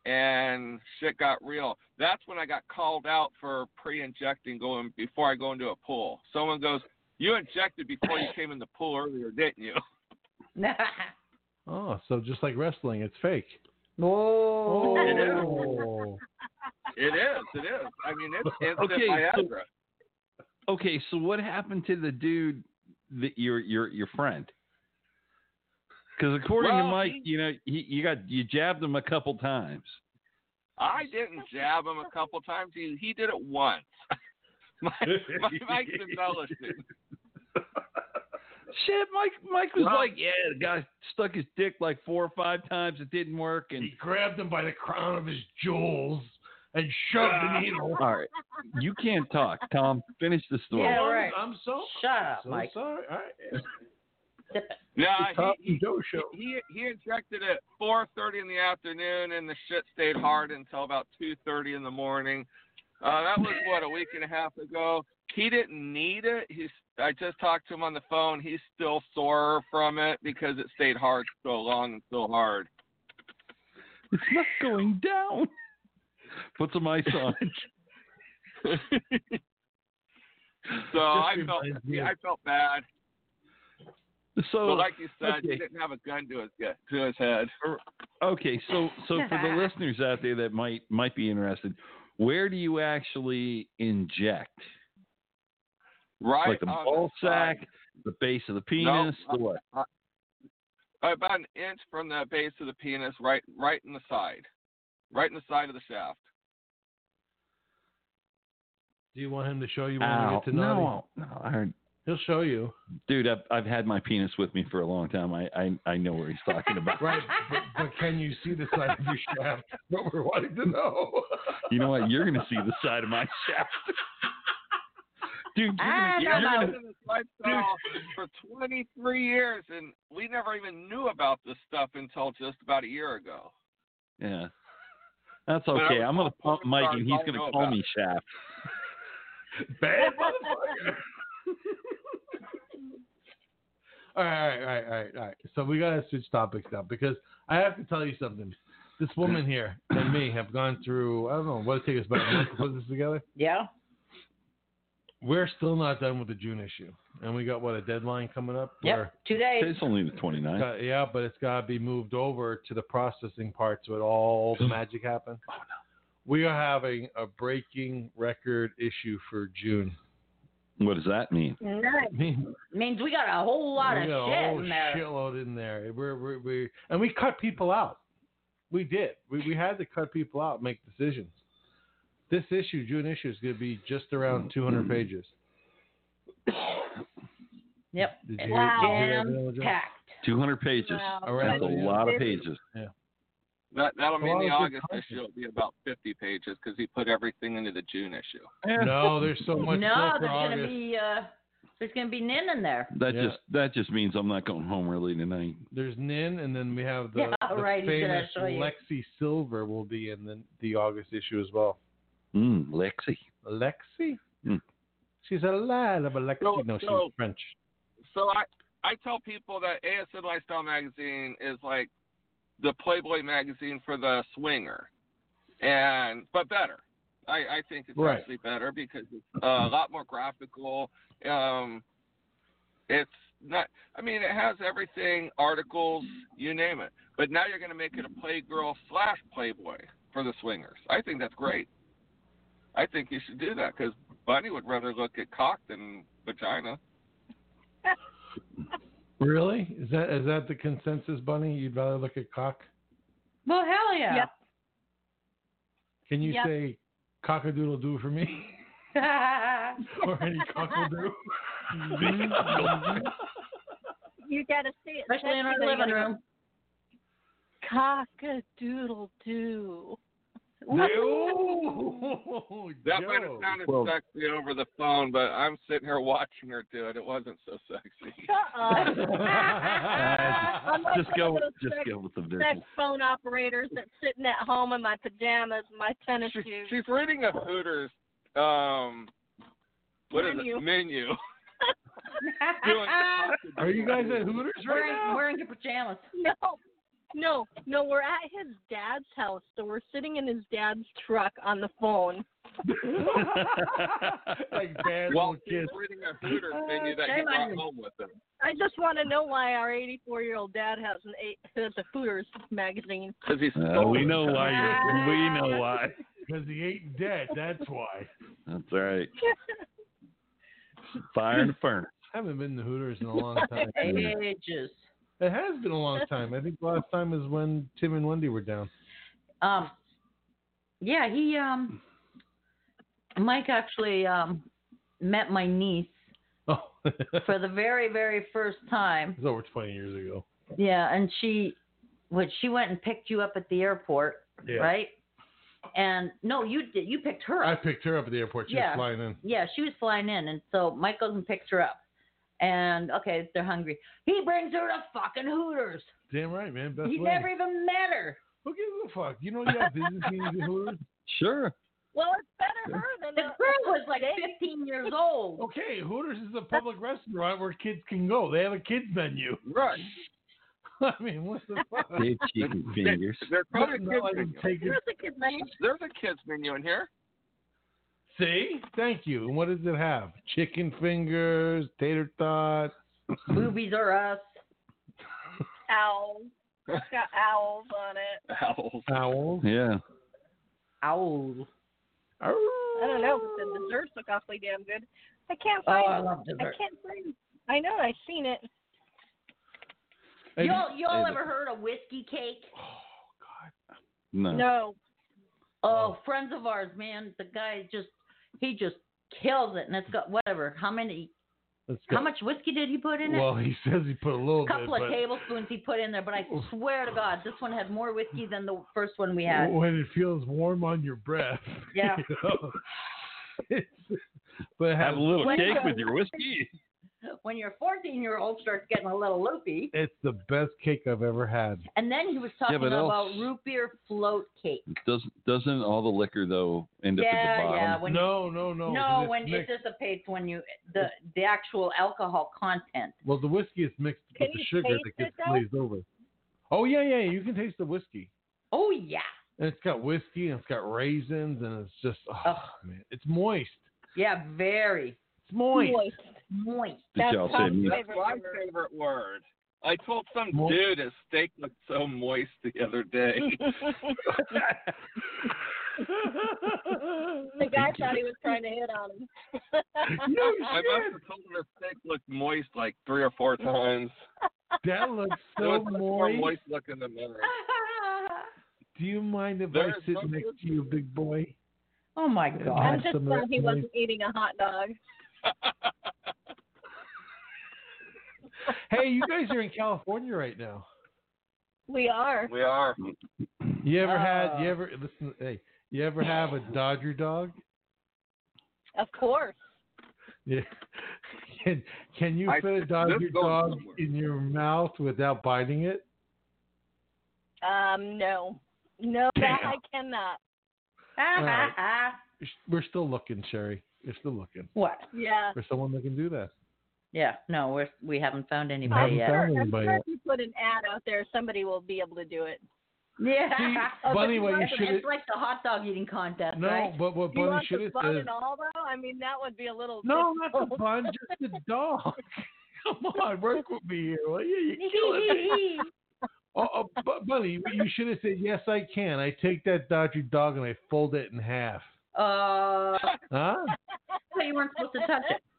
and shit got real. That's when I got called out for pre-injecting going before I go into a pool. Someone goes, "You injected before you came in the pool earlier, didn't you?"
Oh, so just like wrestling, it's fake.
Whoa.
It is.
Oh.
It is. It is. I mean, it's instant
Okay, so-
Viagra.
Okay, so what happened to the dude that your your your friend? Because according to
Well,
Mike,
he-
you know, he, you got you jabbed him a couple times.
I didn't jab him a couple times. He he did it once. my, my Mike's embellishing.
Shit, Mike Mike was
Well-
like, yeah, the guy stuck his dick like four or five times. It didn't work, and
He grabbed him by the crown of his jewels and shoved Oh, the needle.
all right, you can't talk, Tom. Finish the story.
Yeah, right.
I'm so,
Shut up,
so
Mike.
sorry. All right.
Yeah,
Top
he, he,
Joe show.
he he injected at 4:30 in the afternoon, and the shit stayed hard until about 2:30 in the morning. Uh, that was what a week and a half ago. He didn't need it. He's I just talked to him on the phone. He's still sore from it because it stayed hard so long and so hard.
It's not going down. Put some ice on it.
So I
Just
felt
reminds me
yeah,
of-
I felt bad.
So,
But like you said,
okay.
he didn't have a gun to his gut- to his head.
Okay, so so for the listeners out there that might might be interested, where do you actually inject?
Right
like the
uh,
on
ball
the side.
sack, the base of the penis,
No,
the what?
about an inch from the base of the penis, right, right in the side, right in the side of the shaft.
Do you want him to show you when you
Ow.
get to naughty?
No, no, I heard,
He'll show you.
dude, I've I've had my penis with me for a long time. I I, I know where he's talking about.
Right. but, but can you see the side of your shaft? What we're wanting to know.
You know what? You're gonna see the side of my shaft, dude. You're gonna,
I
you're
I've
don't
gonna-
been in this lifestyle for 23 years, and we never even knew about this stuff until just about a year ago.
yeah. That's
I
okay.
was
I'm gonna
told
pump Mike,
sorry, I
and he's
don't
gonna
know
call
about
me Shaft.
Bad motherfucker. all right, all right, all right, all right. So we gotta switch topics now because I have to tell you something. This woman here and me have gone through. I don't know what it takes us about a month to put this together.
Yeah.
We're still not done with the June issue, and we got what a deadline coming up. where-
Yep. Two days.
It's only the 29th.
Got- yeah, but it's got to be moved over to the processing part so it all the magic happens. Oh, no. We are having a breaking record issue for June.
What does that mean?
Nice.
We
Means we got a whole lot
got
of
a
shit
whole
in there.
shitload in there. We're, we're, we and we cut people out. We did. We, we had to cut people out, and make decisions. This issue, June issue, is going to be just around 200 pages.
Yep.
Did you
Wow.
hear, did you hear everything,
Jam
Joe?
packed.
200 pages.
Wow.
All right.
That's a lot of pages.
That, that'll mean
Well,
the
it's a
August
concept.
issue will be about 50 pages because he put everything into the June issue.
No, there's so much
no,
stuff for
there's gonna
August.
be uh, there's gonna be Nin in there.
That
Yeah.
just that just means I'm not going home early tonight.
There's Nin, and then we have the,
Yeah,
the
right, he's gonna
famous
show you.
Lexi Silver will be in the, the August issue as well.
Mm, Lexi.
Lexi?
Hmm.
She's a lot of a Lexi.
No,
No,
no.
she's French.
So I, I tell people that ASN Lifestyle Magazine is like the Playboy magazine for the swinger, and but better. I, I think it's
Right.
actually better because it's uh, a lot more graphical. Um, it's not. I mean, it has everything, articles, you name it. But now you're going to make it a Playgirl slash Playboy for the swingers. I think that's great. I think you should do that because Bunny would rather look at cock than vagina.
Really? Is that is that the consensus, Bunny? You'd rather look at cock?
Well, hell yeah.
Yep.
Can you
Yep.
say cockadoodle doo for me? or any cockadoo?
Mm-hmm.
You gotta see it.
Especially in our
sexy,
living
you gotta
room.
go, Cock-a-doodle-doo.
no.
That
Joe.
might have sounded
Well-
sexy over the phone, but I'm sitting here watching her do it. It wasn't so sexy.
Shut up.
Uh,
I'm like
just
one
go
of those
just
sex-
go with the
sex
visual.
phone operators that's sitting at home in my pajamas, my tennis
She,
shoes.
she's reading a Hooters um what is
Menu.
it menu? Doing
Are you guys at Hooters
We're
right
in,
now?
we're in your pajamas.
No, no, no. We're at his dad's house, so we're sitting in his dad's truck on the phone.
like bad
well,
little
she's
kids.
reading a Hooters menu that he
shame on
brought
you.
home with him.
I just want to know why our 84 year old dad has an eight, has a Hooters magazine.
Because he's
Uh, we know why. You're, we know why.
Because he ain't dead, that's why.
That's all right. Fire in the furnace.
I haven't been to Hooters in a long time.
Ages.
It has been a long time. I think the last time is when Tim and Wendy were down.
Um, yeah, he um, Mike actually um, met my niece
Oh, it
for the very very first time.
was over 20 years ago.
Yeah, and she, when she went and picked you up at the airport,
Yeah.
right? And no, you did. You picked her
I
up.
picked her up at the airport. She
Yeah.
was flying in.
yeah, she was flying in, and so Mike goes and picks her up. And okay, they're hungry. He brings her to fucking Hooters.
Damn right, man. Best
he
way.
never even met her.
Who gives a fuck? You know you have business meetings at Hooters?
Sure.
Well, it's better her than
The
us.
girl was like
They-
15 years old.
Okay, Hooters is a public restaurant where kids can go. They have a kids menu.
Right.
I mean, what the fuck?
Big chicken fingers.
There's probably a
No,
kids
I didn't
menu.
take it.
There's a kid's name.
There's a kids menu in here.
See? Thank you. And what does it have? Chicken fingers, tater tots.
Boobies are us.
Owls. It's got owls on it.
Owls.
Owls.
Yeah.
Ow.
I don't know, but the desserts look awfully damn good. I can't
Oh,
find
I
it.
love dessert.
I can't find it. I know, I've seen it.
And-
You all, you all
Hey,
ever heard of whiskey cake?
No.
No.
Oh, friends of ours, man. The guy just, he just kills it. And it's got whatever. How many,
Let's go.
how much whiskey did he put in it?
Well, he says he put a little
A couple
bit.
of
but-
tablespoons he put in there, but I swear to God, this one had more whiskey than the first one we had.
when it feels warm on your breath.
Yeah.
you know? It's- but it
Have
has,
a little
When-
cake with your whiskey.
When your 14 year old starts getting a little loopy,
it's the best cake I've ever had.
and then he was talking
but else-
about root beer float cake.
Doesn't doesn't all the liquor though end up at
yeah,
the bottom?
yeah. When
no, no, no.
you,
'cause
no,
it's
when it
mixed.
dissipates, when you the the actual alcohol content.
well, the whiskey is mixed
Can
with the
you
sugar
taste
that
it,
gets
though?
glazed over. Oh yeah, yeah. You can taste the whiskey.
Oh yeah,
And it's got whiskey and it's got raisins and it's just oh,
Ugh.
man, it's moist.
yeah, very
It's moist.
Moist.
moist.
Did
That's
y'all say
probably-
me?
That's my favorite word. I told some
Mo-
dude his steak looked so moist the other day.
The guy thought he was trying to hit on him.
No
I must
shit.
have told him his steak looked moist like three or four times.
That looks
it
so
was much more
moist.
moist look in the mirror.
Do you mind if
There is
I sit
no
next
good
to you, big boy?
oh my
I'm
God.
just
Some of
glad
that
he
moist.
wasn't eating a hot dog.
Hey, you guys are in California right now.
We are.
we are.
You ever
Oh.
had? You ever listen? Hey, you ever have a Dodger dog?
Of course.
Yeah. Can Can you
I-
fit a
this
Dodger
goes
dog
somewhere.
in your mouth without biting it?
Um, no. No, that I cannot.
All right. We're still looking, Sherry. We're still looking
What?
Yeah.
for someone that can do that.
Yeah, no, we're, we haven't found
haven't
anybody yet.
found anybody
If you put an ad out there, somebody will be able to do it.
Yeah.
Oh, but
Bunny, what you
Listen,
should
It's like the hot dog eating contest,
No,
right?
but what
you
Bunny
want
should
the
have
bun
said-
and all though? I mean, that would be a little.
uh, No, not the bun, just the dog. Come on, work with me here. Will you? You're killing me. Oh, oh, bu- buddy, you should have said yes. I can. I take that Dodger dog and I fold it in half.
Uh,
Huh?
but you weren't supposed to touch it.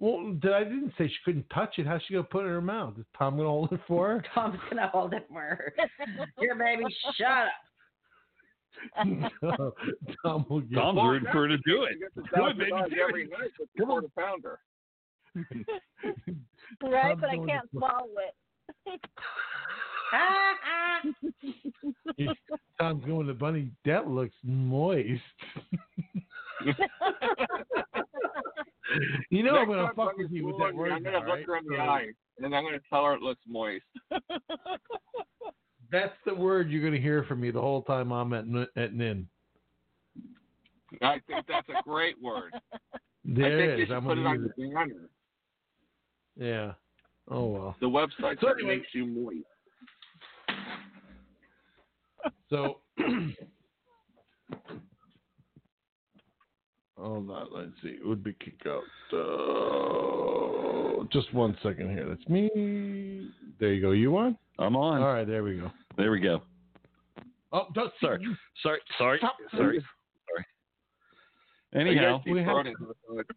Well, did I didn't say she couldn't touch it. How's she gonna put it in her mouth? Is Tom gonna hold it for her?
Tom's gonna hold it for her. Your baby, shut up.
No, Tom will get
Tom's
it.
rooting for her to do it.
Get the
Do it,
dog
baby.
dog
Do
every
it.
night with the quarter pounder.
right, but I
Tom's
can't swallow it.
Tom's going to Bunny. That looks moist. you know
Next
I'm gonna
time
fuck
Bunny's
with you with
fooling
that
me,
word.
I'm gonna
now,
look
right?
her in the
So
eye and I'm gonna tell her it looks moist.
That's the word you're gonna hear from me the whole time I'm at N- at Nin.
I think that's a great word. I
There
think you
it is.
should
I'm
put it
gonna
on
use
the banner.
it. Yeah. Oh well.
The website
So
that
anyway-
makes you moist.
So. Hold on, let's see. It would be kick out. Uh, just one second here. That's me. There you go. You on?
I'm
All
on.
right, there we go.
There we go.
Oh, don't
Sorry. Sorry. Sorry.
Stop.
Sorry. Sorry.
Are
Anyhow,
you guys
we
deep
have-
throating hot dogs?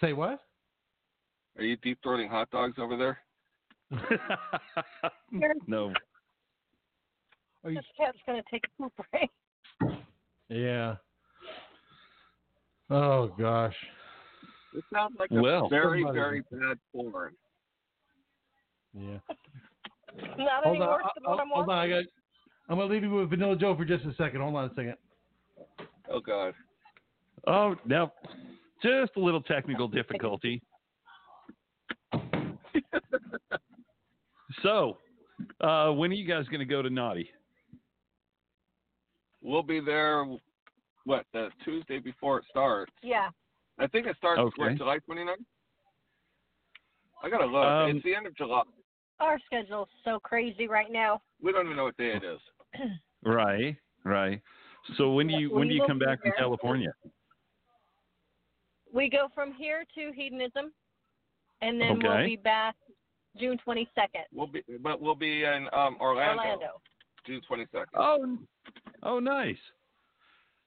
Say what?
Are you deep throating hot dogs over there?
no.
Are you?
this cat's gonna take a poop break.
Yeah. Oh gosh.
This sounds like
Well.
a very,
Somebody-
very bad porn.
Yeah.
Not any
Hold on.
worse
I-
than
I-
what I'm
hold on. I
watching.
got. I'm gonna leave you with Vanilla Joe for just a second. Hold on a second.
Oh God.
Oh, no. Just a little technical difficulty. so, uh, when are you guys going to go to Naughty?
We'll be there what, the Tuesday before it starts.
Yeah.
I think it starts
Okay.
what, July 29th? I gotta look.
Um,
it's the end of July.
Our schedule's so crazy right now.
We don't even know what day it is.
Right, right. So when do you
Well,
when do
you
you
will
come
be
back from
there.
California?
We go from here to hedonism, and then we'll
Okay.
be back June 22nd,
We'll be, but we'll be in um, Orlando,
Orlando.
June 22nd.
Oh, oh, nice.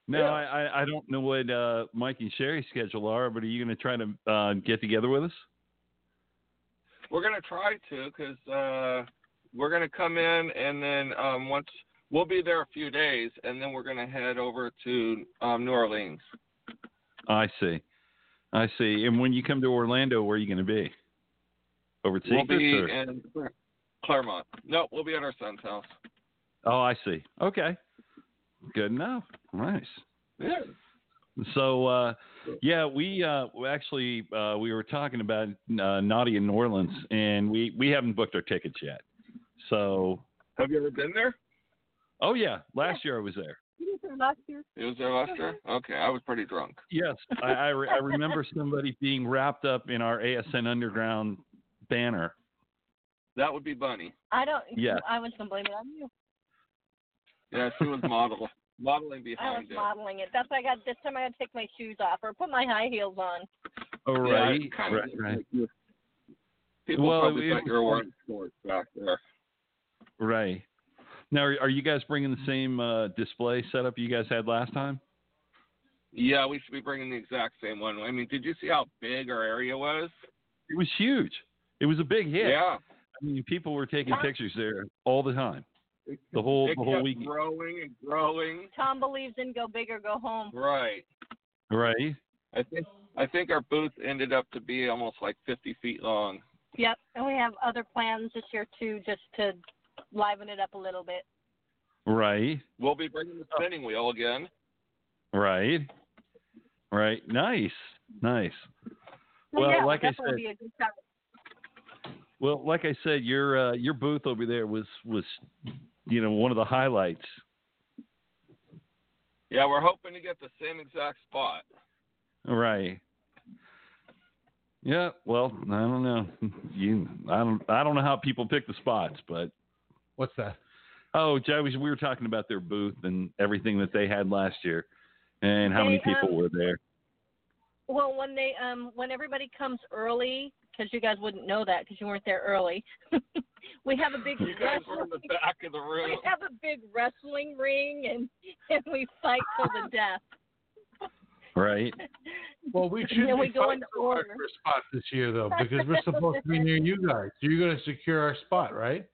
Now
Yeah.
I, I I don't know what uh, Mike and Sherry's schedule are, but are you going to try to uh, get together with us?
We're gonna try to, cause uh, we're gonna come in and then um, once we'll be there a few days, and then we're gonna head over to um, New Orleans.
I see, I see. And when you come to Orlando, where are you going to be? Over at
we'll
Secrets?
be
or?
in Clar- Claremont. No, we'll be at our son's house.
Oh, I see. Okay, good enough. Nice.
Yeah.
So uh, yeah, we uh, we actually uh, we were talking about uh, Naughty in New Orleans, and we we haven't booked our tickets yet. So
Have you ever been there?
oh yeah, last year I was there.
Last year.
It was there last year. Okay, I was pretty drunk.
Yes, I I, re- I remember somebody being wrapped up in our ASN Underground banner.
That would be Bunny.
I don't.
Yeah.
I was gonna blame it on you.
Yeah, she was model modeling
I was
behind it.
modeling it. That's why I got this time. I got to take my shoes off or put my high heels on.
Oh
Yeah,
right,
it kinda
right,
looked
right.
like you- People
Well,
probably
it-
thought you were wearing shorts back there.
right. Now, are are you guys bringing the same uh, display setup you guys had last time?
Yeah, we should be bringing the exact same one. I mean, did you see how big our area was?
It was huge. It was a big hit.
Yeah.
I mean, people were taking pictures there all the time, the whole
It
the whole
kept
weekend.
growing and growing.
Tom believes in go big or go home.
Right.
Right.
I think I think our booth ended up to be almost like 50 feet long.
Yep. And we have other plans this year too, just to liven it up a little bit.
Right.
We'll be bringing
Oh.
the spinning wheel again.
Right. Right. Nice. Nice. Well,
yeah,
like I
definitely
said-
be a good time.
Well, like I said, your uh, your booth over there was was you know one of the highlights.
Yeah, we're hoping to get the same exact spot.
Right. Yeah. Well, I don't know. You, I don't, I don't know how people pick the spots, but
What's that?
oh, Jay, we we were talking about their booth and everything that they had last year, and how many
They, um,
people were there.
Well, when they um when everybody comes early, because you guys wouldn't know that because you weren't there early. we have a big
You guys were in the
wrestling-
back of the room.
we have a big wrestling ring and and we fight till the death.
Right.
Well, we should
then
be
we go
fighting
into
so hard
order.
for a spot this year, though, because we're supposed to be near you guys. You're going to secure our spot, right?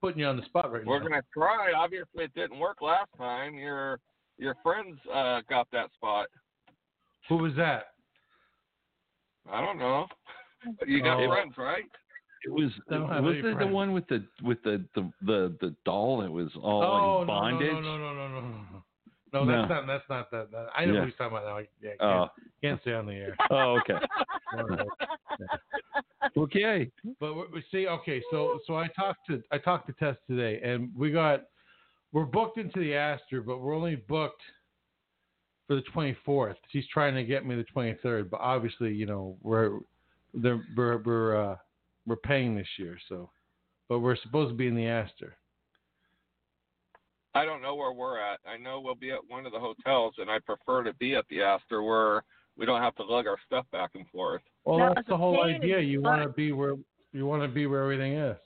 Putting you on the spot right
We're
now.
gonna try. Obviously, it didn't work last time. Your your friends uh, got that spot.
Who was that?
I don't know. You got
Oh.
friends, right?
It was
I don't have
was
any
it the
friends.
one with the with the the the, the doll that was all
oh,
in
no, no,
bondage?
no, no, no, no, no, no, no. No, that's
No.
not. That's not that. that- I know
Yeah.
who he's talking about now. I- Yeah, I
Oh,
can't, can't stay on the air.
oh, okay,
Alright.
okay,
But we we see, okay, so so I talked to I talked to Tess today, and we got we're booked into the Astor, but we're only booked for the 24th. She's trying to get me the 23rd, but obviously, you know, we're they're, we're we're, uh, we're paying this year, so but we're supposed to be in the Astor.
I don't know where we're at. I know we'll be at one of the hotels, and I prefer to be at the Astor where we don't have to lug our stuff back and forth.
Well,
No,
that's
it's a
the whole
pain in
idea.
the
You
butt.
want to be where you want to be where everything is.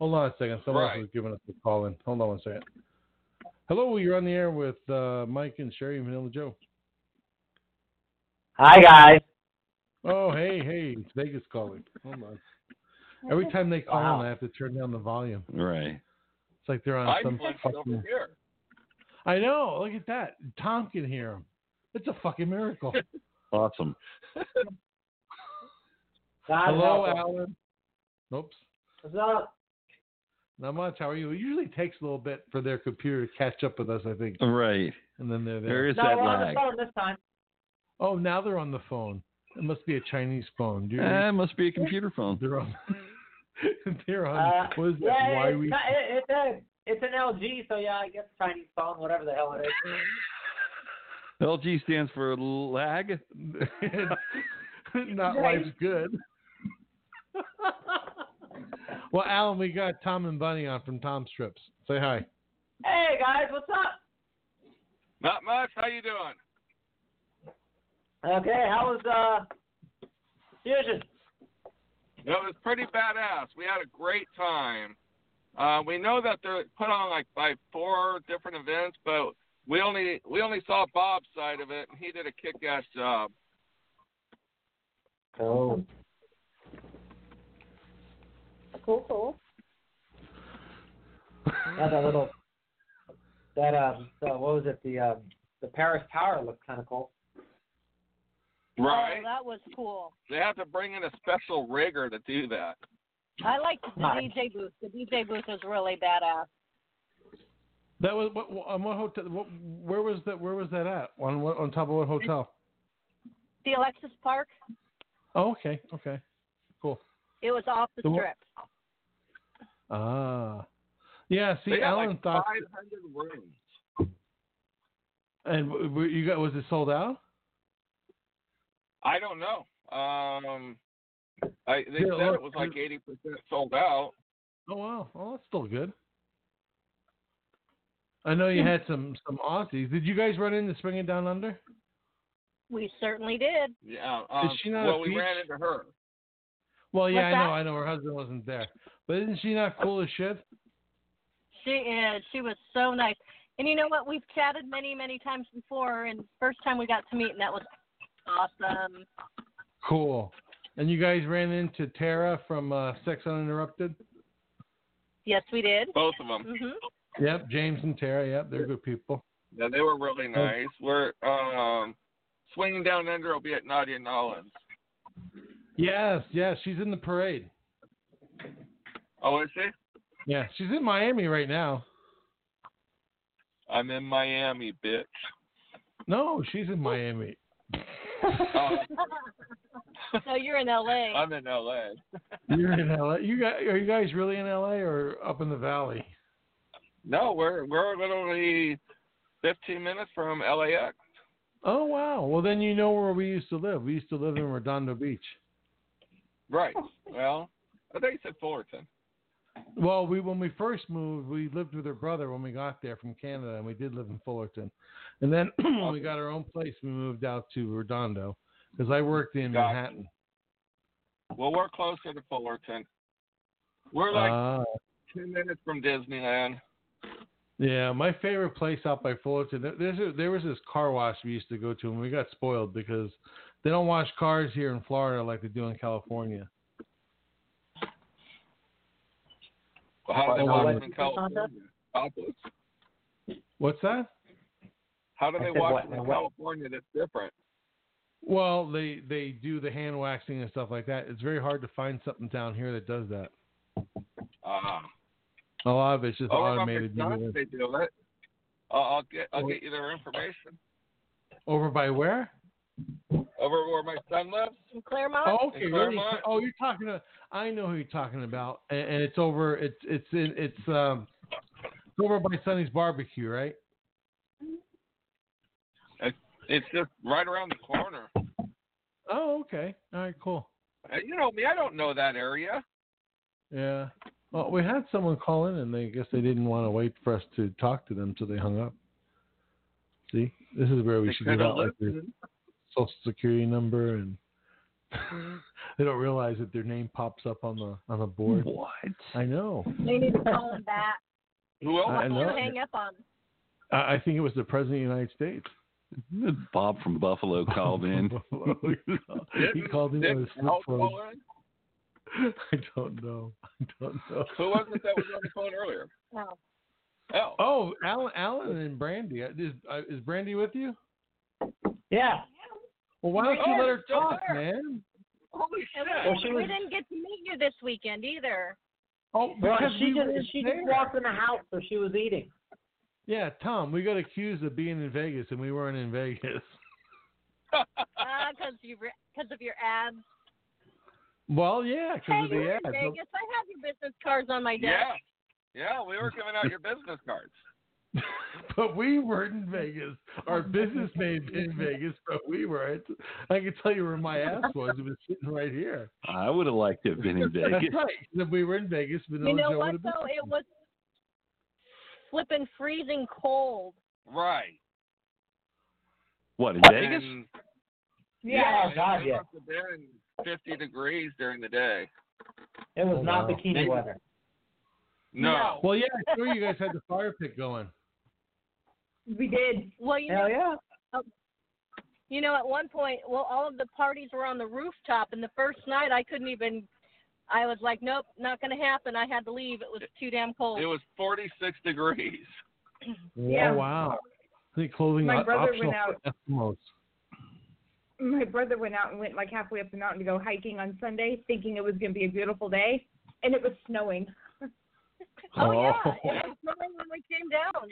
Hold on a second. Someone
Right.
else is giving us a call in. Hold on one second. Hello, you're on the air with uh, Mike and Sherry and Vanilla Joe.
Hi guys.
Oh, hey, hey, it's Vegas calling. Hold on. Every time they call in, I have to turn down the volume.
right.
It's like they're on
I
some
flinched over
fucking.
here.
I know. Look at that. Tom can hear him. It's a fucking miracle.
Awesome.
God
Hello,
help us.
Alan. Oops.
What's up?
Not much. How are you? It usually takes a little bit for their computer to catch up with us, I think.
Right.
And then they're there.
There is
no,
that
we're on the
lag.
phone this time.
Oh, now they're on the phone. It must be a Chinese phone. Do you-
Eh, it must be a computer phone.
They're on. they're on.
Uh,
what is that?
yeah,
Why
it's,
we?
not- it, it's, a, it's an LG, so yeah, I guess Chinese phone, whatever the hell it is.
LG stands for lag.
not life's good. well, Alan, we got Tom and Bunny on from Tom Strips. Say hi.
hey guys, what's up?
Not much. How you doing?
Okay, how was uh Fusion?
It was pretty badass. We had a great time. Uh, we know that they're put on like by four different events, but we only we only saw Bob's side of it, and he did a kick-ass job.
Oh.
Cool, cool.
Yeah, that little that um the, what was it? The um the Paris Tower looked kinda
Oh,
cool.
Oh,
Right?
that was cool.
They have to bring in a special rigger to do that.
I liked the
Nice.
DJ booth. The DJ booth was really badass.
That was what, what, on what hotel? What, where was that? Where was that at? On what? On top of what hotel?
The Alexis Park.
Oh, okay, okay.
It was off the
The wha-
strip.
Ah, yeah. See,
they had
Alan
like
thought,
500 rooms.
and w- w- you got was it sold out?
I don't know. Um, I, they
Yeah,
said
look,
it was like 80% sold out.
Oh wow, well that's still good. I know you had some some Aussies. Did you guys run into Spring It Down Under?
We certainly did.
Yeah. Um,
she not a
well, we
peach?
ran into her.
Well, yeah,
What's
I know,
that?
I know. Her husband wasn't there, but isn't she not cool as shit?
She is. She was so nice. And you know what? We've chatted many, many times before, and first time we got to meet, and that was awesome.
Cool. And you guys ran into Tara from uh, Sex Uninterrupted.
Yes, we did.
Both of them.
Mhm.
Yep, James and Tara. Yep, they're good people.
Yeah, they were really
Oh.
nice. We're um, swinging down under will be at Nadia Nollins.
Yes, yes, she's in the parade.
Oh, is she?
Yeah, she's in Miami right now.
I'm in Miami, bitch.
No, she's in Miami.
Oh,
no, you're in LA.
I'm in LA.
You're in LA. You guys, are you guys really in LA or up in the valley?
No, we're we're literally 15 minutes from LAX.
Oh wow. Well then you know where we used to live. We used to live in Redondo Beach.
Right. Well, I think you said Fullerton.
Well, we when we first moved, we lived with her brother when we got there from Canada, and we did live in Fullerton. And then when we got our own place, we moved out to Redondo because I worked in
Gotcha.
Manhattan.
Well, we're closer to Fullerton. We're like
Ah.
10 minutes from Disneyland.
Yeah, my favorite place out by Fullerton. there- There's a, there was this car wash we used to go to, and we got spoiled because they don't wash cars here in Florida like they do in California.
Well, how do they
Well,
wash
what-
in California? Topless.
What's that?
How do
I
they
said
wash
what-
in
what-
California that's different?
Well, they they do the hand waxing and stuff like that. It's very hard to find something down here that does that.
Ah.
A lot of it's just
oh, remember
automated.
John's
manual.
they do it. I'll, I'll get I'll get you their information
Over by where?
over where my son lives.
In Claremont.
Oh, okay.
In
you're-
Claremont.
oh, you're talking. To, I know who you're talking about, and, and it's over. It's it's in, it's um it's over by Sonny's Barbecue, right?
It's just right around the corner.
Oh, okay. All right, cool.
Uh, You know me, I don't know that area.
Yeah. Well, we had someone call in, and they I guess they didn't want to wait for us to talk to them, so they hung up. See, this is where we
They
should give
coulda
out like their
listened.
social security number, and
Mm-hmm.
they don't realize that their name pops up on the on the board. What? I know.
They need to call him back.
Who else?
I
Who
know.
hang up on?
I, I think it was the president of the United States.
Bob from Buffalo called in.
he called in on his flip
I'll
phone.
call in.
I don't know. I don't know.
Who was it that was on the phone earlier?
Oh,
Oh,
Oh, Alan, Alan and Brandy. Uh, Is, uh, is Brandy with you?
Yeah.
Well, why don't you
Oh,
let her
still
talk,
there.
man?
holy shit!
and
Well, she
we,
was-
we didn't get to meet you this weekend either.
Oh,
Well,
because
she
we were
just she just
there.
walked in the house, so she was eating.
Yeah, Tom, we got accused of being in Vegas, and we weren't in Vegas. Ah,
Uh, cause you because of your abs.
Well, yeah,
Hey,
because of
you
the
were
ads.
in Vegas. I have your business cards on my
Yeah,
desk.
yeah, we were giving out your business cards.
but we weren't in Vegas. Our business may have been in Vegas, but we weren't. I can tell you where my ass was. It was sitting right here.
I would have liked to have been in Vegas.
That's right. If we were in Vegas, Vanilla
You know
Joe
what
would have been.
though? It was flipping freezing cold.
Right.
What in Vegas?
And-
Oh,
Yeah, Oh, God,
it
yeah.
must have been 50 degrees during the day.
It was
Oh,
not
wow.
bikini weather.
No.
Well, yeah, I sure you guys had the fire pit going.
We did.
Well, you know,
Hell yeah.
you know, at one point, well, all of the parties were on the rooftop, and the first night I couldn't even. I was like, nope, not going to happen. I had to leave. It was too damn cold.
It was 46 degrees.
Yeah.
Oh, wow. I think clothing
My
op-
brother
optional
went out-
for Eskimos.
my brother went out and went like halfway up the mountain to go hiking on Sunday, thinking it was going to be a beautiful day, and it was snowing.
oh, yeah,
Oh.
it was snowing when we came down.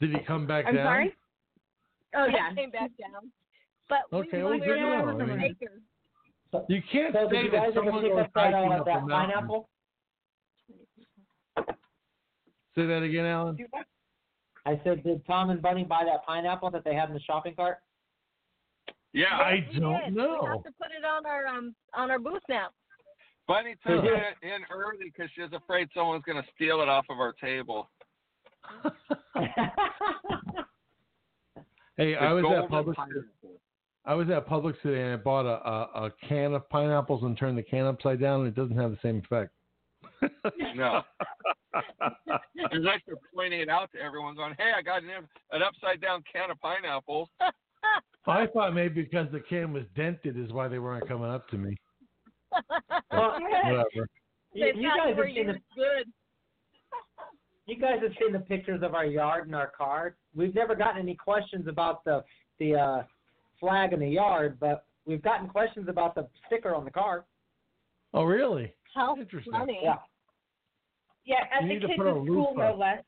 Did he come back
I'm
down?
sorry. Oh yeah.
It came back down. But
Okay, well,
we, we were
good
down
to know.
on the
I mean-
acre.
You can't
So did
say
you guys
that
ever
someone
pick
goes
up that,
hiking
uh,
up a
that
mountain.
pineapple?
Say that again, Alan.
I said, did Tom and Bunny buy that pineapple that they had in the shopping cart?
Yeah.
I
We
don't
did.
know.
We have to put it on our um on our booth now.
Bunny took it in early because she was afraid someone's going to steal it off of our table.
hey, I
The
was
golden
at Publix.
pineapple.
I was at Publix today and I bought a, a a can of pineapples and turned the can upside down and it doesn't have the same effect.
No. Unless you're pointing it out to everyone, going, "Hey, I got an, an upside down can of pineapples."
I thought maybe because the can was dented is why they weren't coming up to me.
Well,
Whatever.
you,
They've
you
got
guys have
where
seen
you
the
look good.
you guys have seen the pictures of our yard and our car. We've never gotten any questions about the the uh, flag in the yard, but we've gotten questions about the sticker on the car.
Oh, really?
How
Interesting.
funny.
Yeah.
Yeah, at
You
the
need to
kids'
put a
at school,
roof
no
up.
less.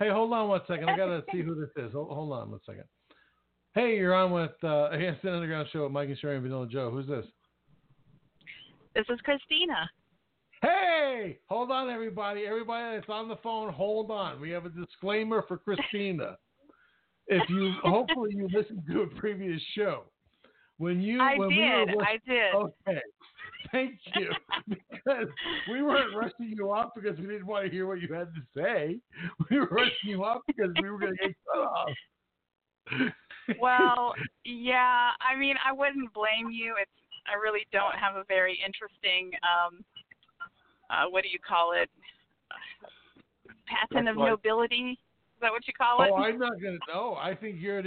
Hey, hold on one second. I gotta see who this is. Hold, hold on one second. Hey, you're on with uh, ASN Underground Show with Mike and Sherry and Vanilla Joe. Who's this?
This is Christina.
Hey, hold on, everybody. Everybody that's on the phone, hold on. We have a disclaimer for Christina. if you hopefully you listened to a previous show when you
I
when
did.
we were, Oh,
I did.
Okay, thank you. because we weren't rushing you off because we didn't want to hear what you had to say. We were rushing you off because we were going to get cut off.
Well, yeah. I mean, I wouldn't blame you. It's I really don't have a very interesting um, uh, what do you call it? Patent
That's
of
like-
nobility. Is that what you call it?
Oh, I'm not going to know. I think you're an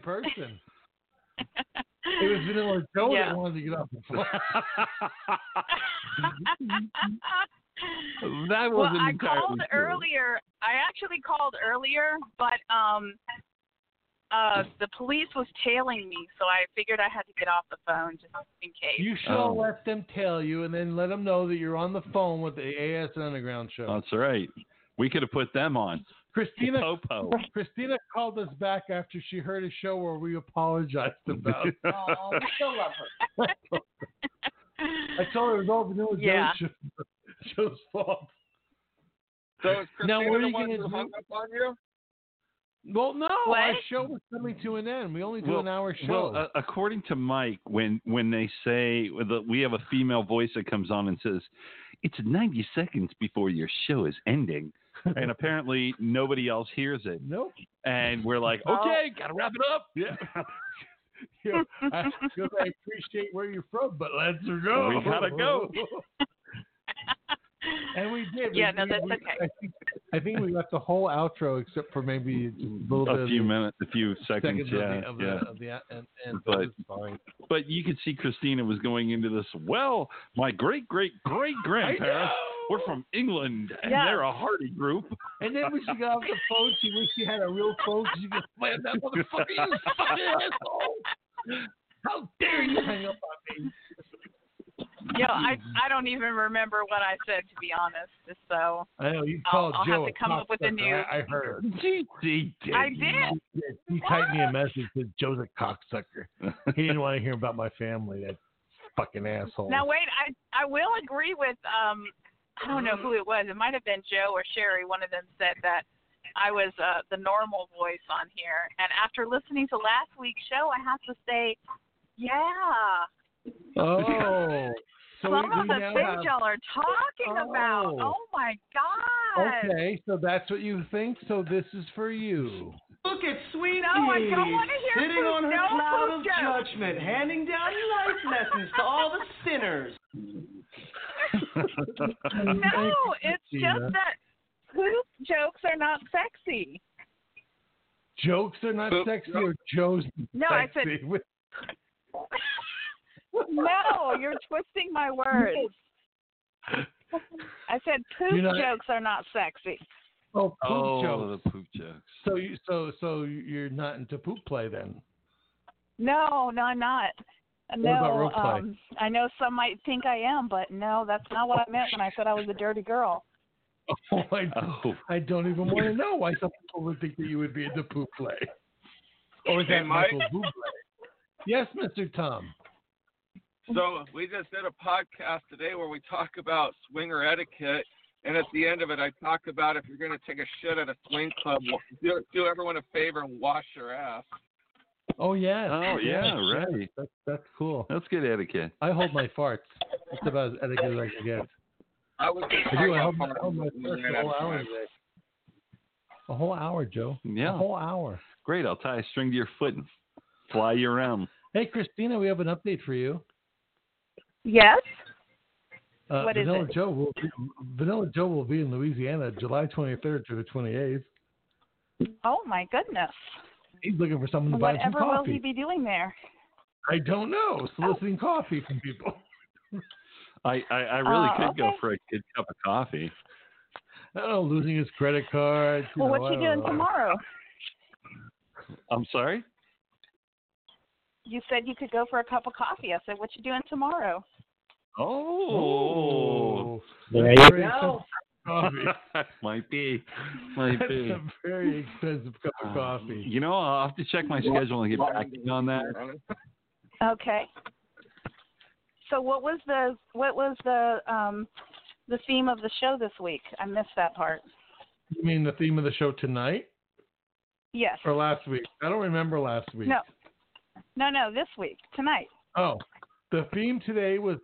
person. It was Vanilla Joe
Yeah.
that wanted to get off the phone. that
well,
wasn't
I
entirely
called
true.
earlier. I actually called earlier, but um, uh, the police was tailing me, so I figured I had to get off the phone just in case.
You shall let them tell you, and then let them know that you're on the phone with the AS Underground show.
That's all right. We could have put them on.
Christina,
Popo.
Christina called us back after she heard a show where we apologized about.
Oh, we still love her.
I told her it was all Vanilla Joe's
Yeah.
show- show's fault.
So is
now,
Christina
what are
the
you
one
gonna
who
do?
hung up on you?
Well, no,
What?
our show was coming to an end. We only do an hour show.
Well, uh, according to Mike, when when they say that we have a female voice that comes on and says, "It's 90 seconds before your show is ending," and apparently nobody else hears it.
Nope.
And we're like,
Well-
"Okay, gotta wrap it up." Yeah.
You know, I, I appreciate where you're from, but let's go.
We gotta go.
and we did.
Yeah,
we,
no,
we-
that's
we-
okay.
I think, I think we left the whole outro except for maybe just a little bit
a
of
few
the
minutes, a few seconds,
seconds
yeah,
of the,
yeah.
Of the, of the, and, and
But-
it's fine.
But you could see Christina was going into this. Well, my great great great grandparents were from England, and
Yeah.
they're a hardy group.
And then when she got off the phone, she wished she had a real phone. She goes, "Man, that motherfucker, you fucking asshole! How dare you hang up on me?"
Yeah, I I don't even remember what I said to be honest. So
I know you
I'll-
called
I'll
Joe.
have to
a
come
cock
up with a
sucker.
new-
I, I heard.
She did.
I did.
He typed me a message that Joe's a cocksucker. He didn't want to hear about my family. That fucking asshole.
Now wait, I I will agree with um I don't know who it was. It might have been Joe or Sherry. One of them said that I was uh, the normal voice on here. And after listening to last week's show, I have to say, yeah,
Oh. So we,
some of
we
the
now
things
have,
y'all are talking about.
Oh.
Oh my God.
Okay, so that's what you think. So this is for you.
Look at sweet
No, I
Eve,
don't wanna hear
sitting
poop.
on her
No
cloud
poop
of
jokes.
judgment, handing down life lessons to all the sinners.
No, it's
Christina.
just that poop jokes are not sexy.
Jokes are not sexy, or Joe's
No, I said-
sexy. With-
no, you're twisting my words. I said poop
You're not-
jokes are not sexy.
oh, poop
oh,
jokes.
the poop jokes.
So you, so, so you're not into poop play then?
No, no, I'm not. No,
about role play?
um, I know some might think I am, but no, that's not what I meant when I said I was a dirty girl.
Oh, I, I don't even want to know why some people would think that you would be into poop play. Or is
Hey,
that
Mike?
Michael Bublé? Yes, Mr. Tom.
So we just did a podcast today where we talk about swinger etiquette, and at the end of it, I talk about if you're going to take a shit at a swing club, wa- do, do everyone a favor and wash your ass.
Oh yeah.
Oh, yeah, right.
That's that's cool.
That's good etiquette.
I hold my farts. That's about as etiquette as I can get.
I was
I do. I hold my, I hold my farts a whole hour today. A whole hour, Joe.
Yeah.
A whole hour.
Great. I'll tie a string to your foot and fly you around.
Hey, Christina, we have an update for you.
Yes.
Uh,
What is
Vanilla
it?
Joe will be, Vanilla Joe will be in Louisiana July 23rd through the 28th.
Oh my goodness.
He's looking for someone to buy him some
Whatever will
coffee.
he be Oh. doing there?
I don't know. Soliciting coffee from people.
I, I, I really
Uh,
could go
okay.
for a good cup of coffee.
I don't know, losing his credit card.
Well,
know, uh,
what's he
I don't
doing
know.
tomorrow?
I'm sorry?
You said you could go for a cup of coffee. I said, what you doing tomorrow?
Oh.
There you go. coffee.
Might be. Might
That's
be. Uh,
a very expensive cup of coffee.
You know, I'll have to check my schedule and get back to you on that.
Okay. So what was the what was the um the theme of the show this week? I missed that part.
You mean the theme of the show tonight
Yes.
or last week? I don't remember last week.
No. No, no, this week, tonight.
Oh, the theme today was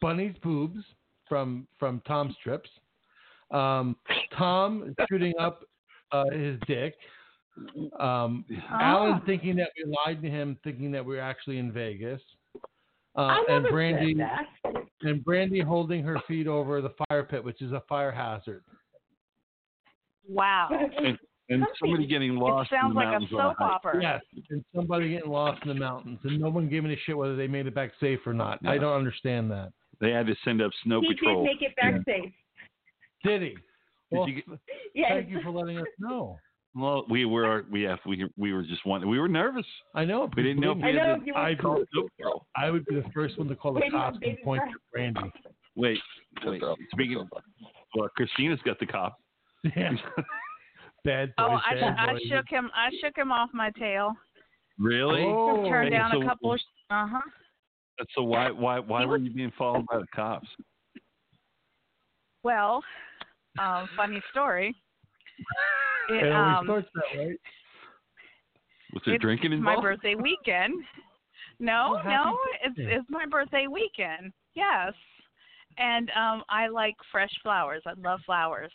bunny's boobs from from Tom Strips. Um, Tom shooting up uh, his dick. Um,
Ah.
Alan thinking that we lied to him, thinking that we were actually in Vegas. Uh,
I
and
never said
Brandy
that.
and Brandy holding her feet over the fire pit, which is a fire hazard.
Wow.
And, and somebody getting lost in the mountains on hike.
Yes, and somebody getting lost in the mountains, and no one giving a shit whether they made it back safe or not. I don't understand that.
They had to send up snow
he
patrol.
did make it back safe.
Did he? Well,
you
Yes.
Thank you for letting us know.
Well, we were we have we we were just one. We were nervous.
I know.
We didn't know if we
I
had
know,
to
you were-
call Snow Patrol.
I would be the first one to call the cops and point at Brandy.
Wait, wait. Speaking of, well, Christina's got the cop.
Yeah. Bad
Oh,
boys,
I, sh-
bad
I
boys.
shook him. I shook him off my tail.
Really?
Just Oh, turned
Oh,
down
so,
a couple. Uh huh.
So why why why were you being followed by the cops?
Well, um, funny story. It,
It always
um,
starts
that way.
Was there
It's
drinking
my
involved?
birthday weekend. No,
Oh, happy
no, it's
birthday.
it's my birthday weekend. Yes, and um, I like fresh flowers. I love flowers,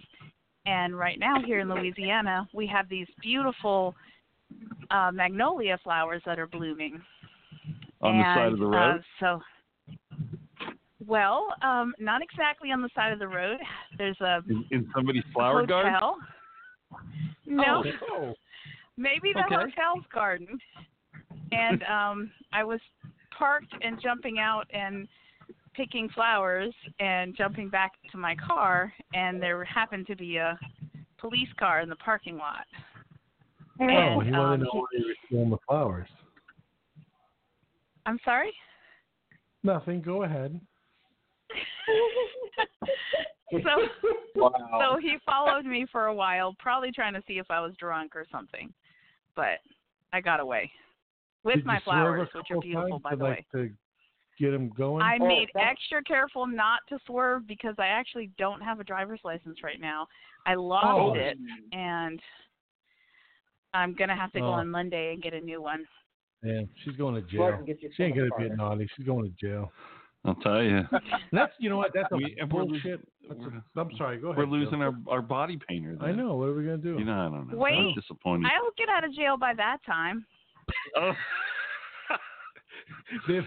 and right now here in Louisiana, we have these beautiful uh, magnolia flowers that are blooming.
On the side
And,
of the road?
uh, so, well, um, not exactly on the side of the road. There's a
in, in somebody's flower garden?
hotel. No,
Oh.
maybe the
Okay.
hotel's garden. And um, I was parked and jumping out and picking flowers and jumping back to my car, and there happened to be a police car in the parking lot.
Oh,
And,
he
um,
wanted to know why you were stealing the flowers.
I'm sorry.
Nothing. Go ahead.
so
Wow.
so he followed me for a while, probably trying to see if I was drunk or something. But I got away with
Did
my
you swerve
flowers,
a
which are
couple
beautiful,
times
by
to,
the way.
like, To get him going.
I made extra careful not to swerve because I actually don't have a driver's license right now. I lost
Oh.
it, and I'm gonna have to go
Oh.
on Monday and get a new one.
Yeah, she's going to
Swerve
jail.
and get
She ain't gonna
yourself
be naughty. She's going to jail.
I'll tell you.
That's you know what? That's a
We- and we're losing-
bullshit. That's a, I'm sorry. Go ahead.
We're losing
Joe.
our, our body painter.
I know. What are we gonna do?
You know, I don't know.
Wait.
I'm disappointed.
I'll get out of jail by that time.
Oh.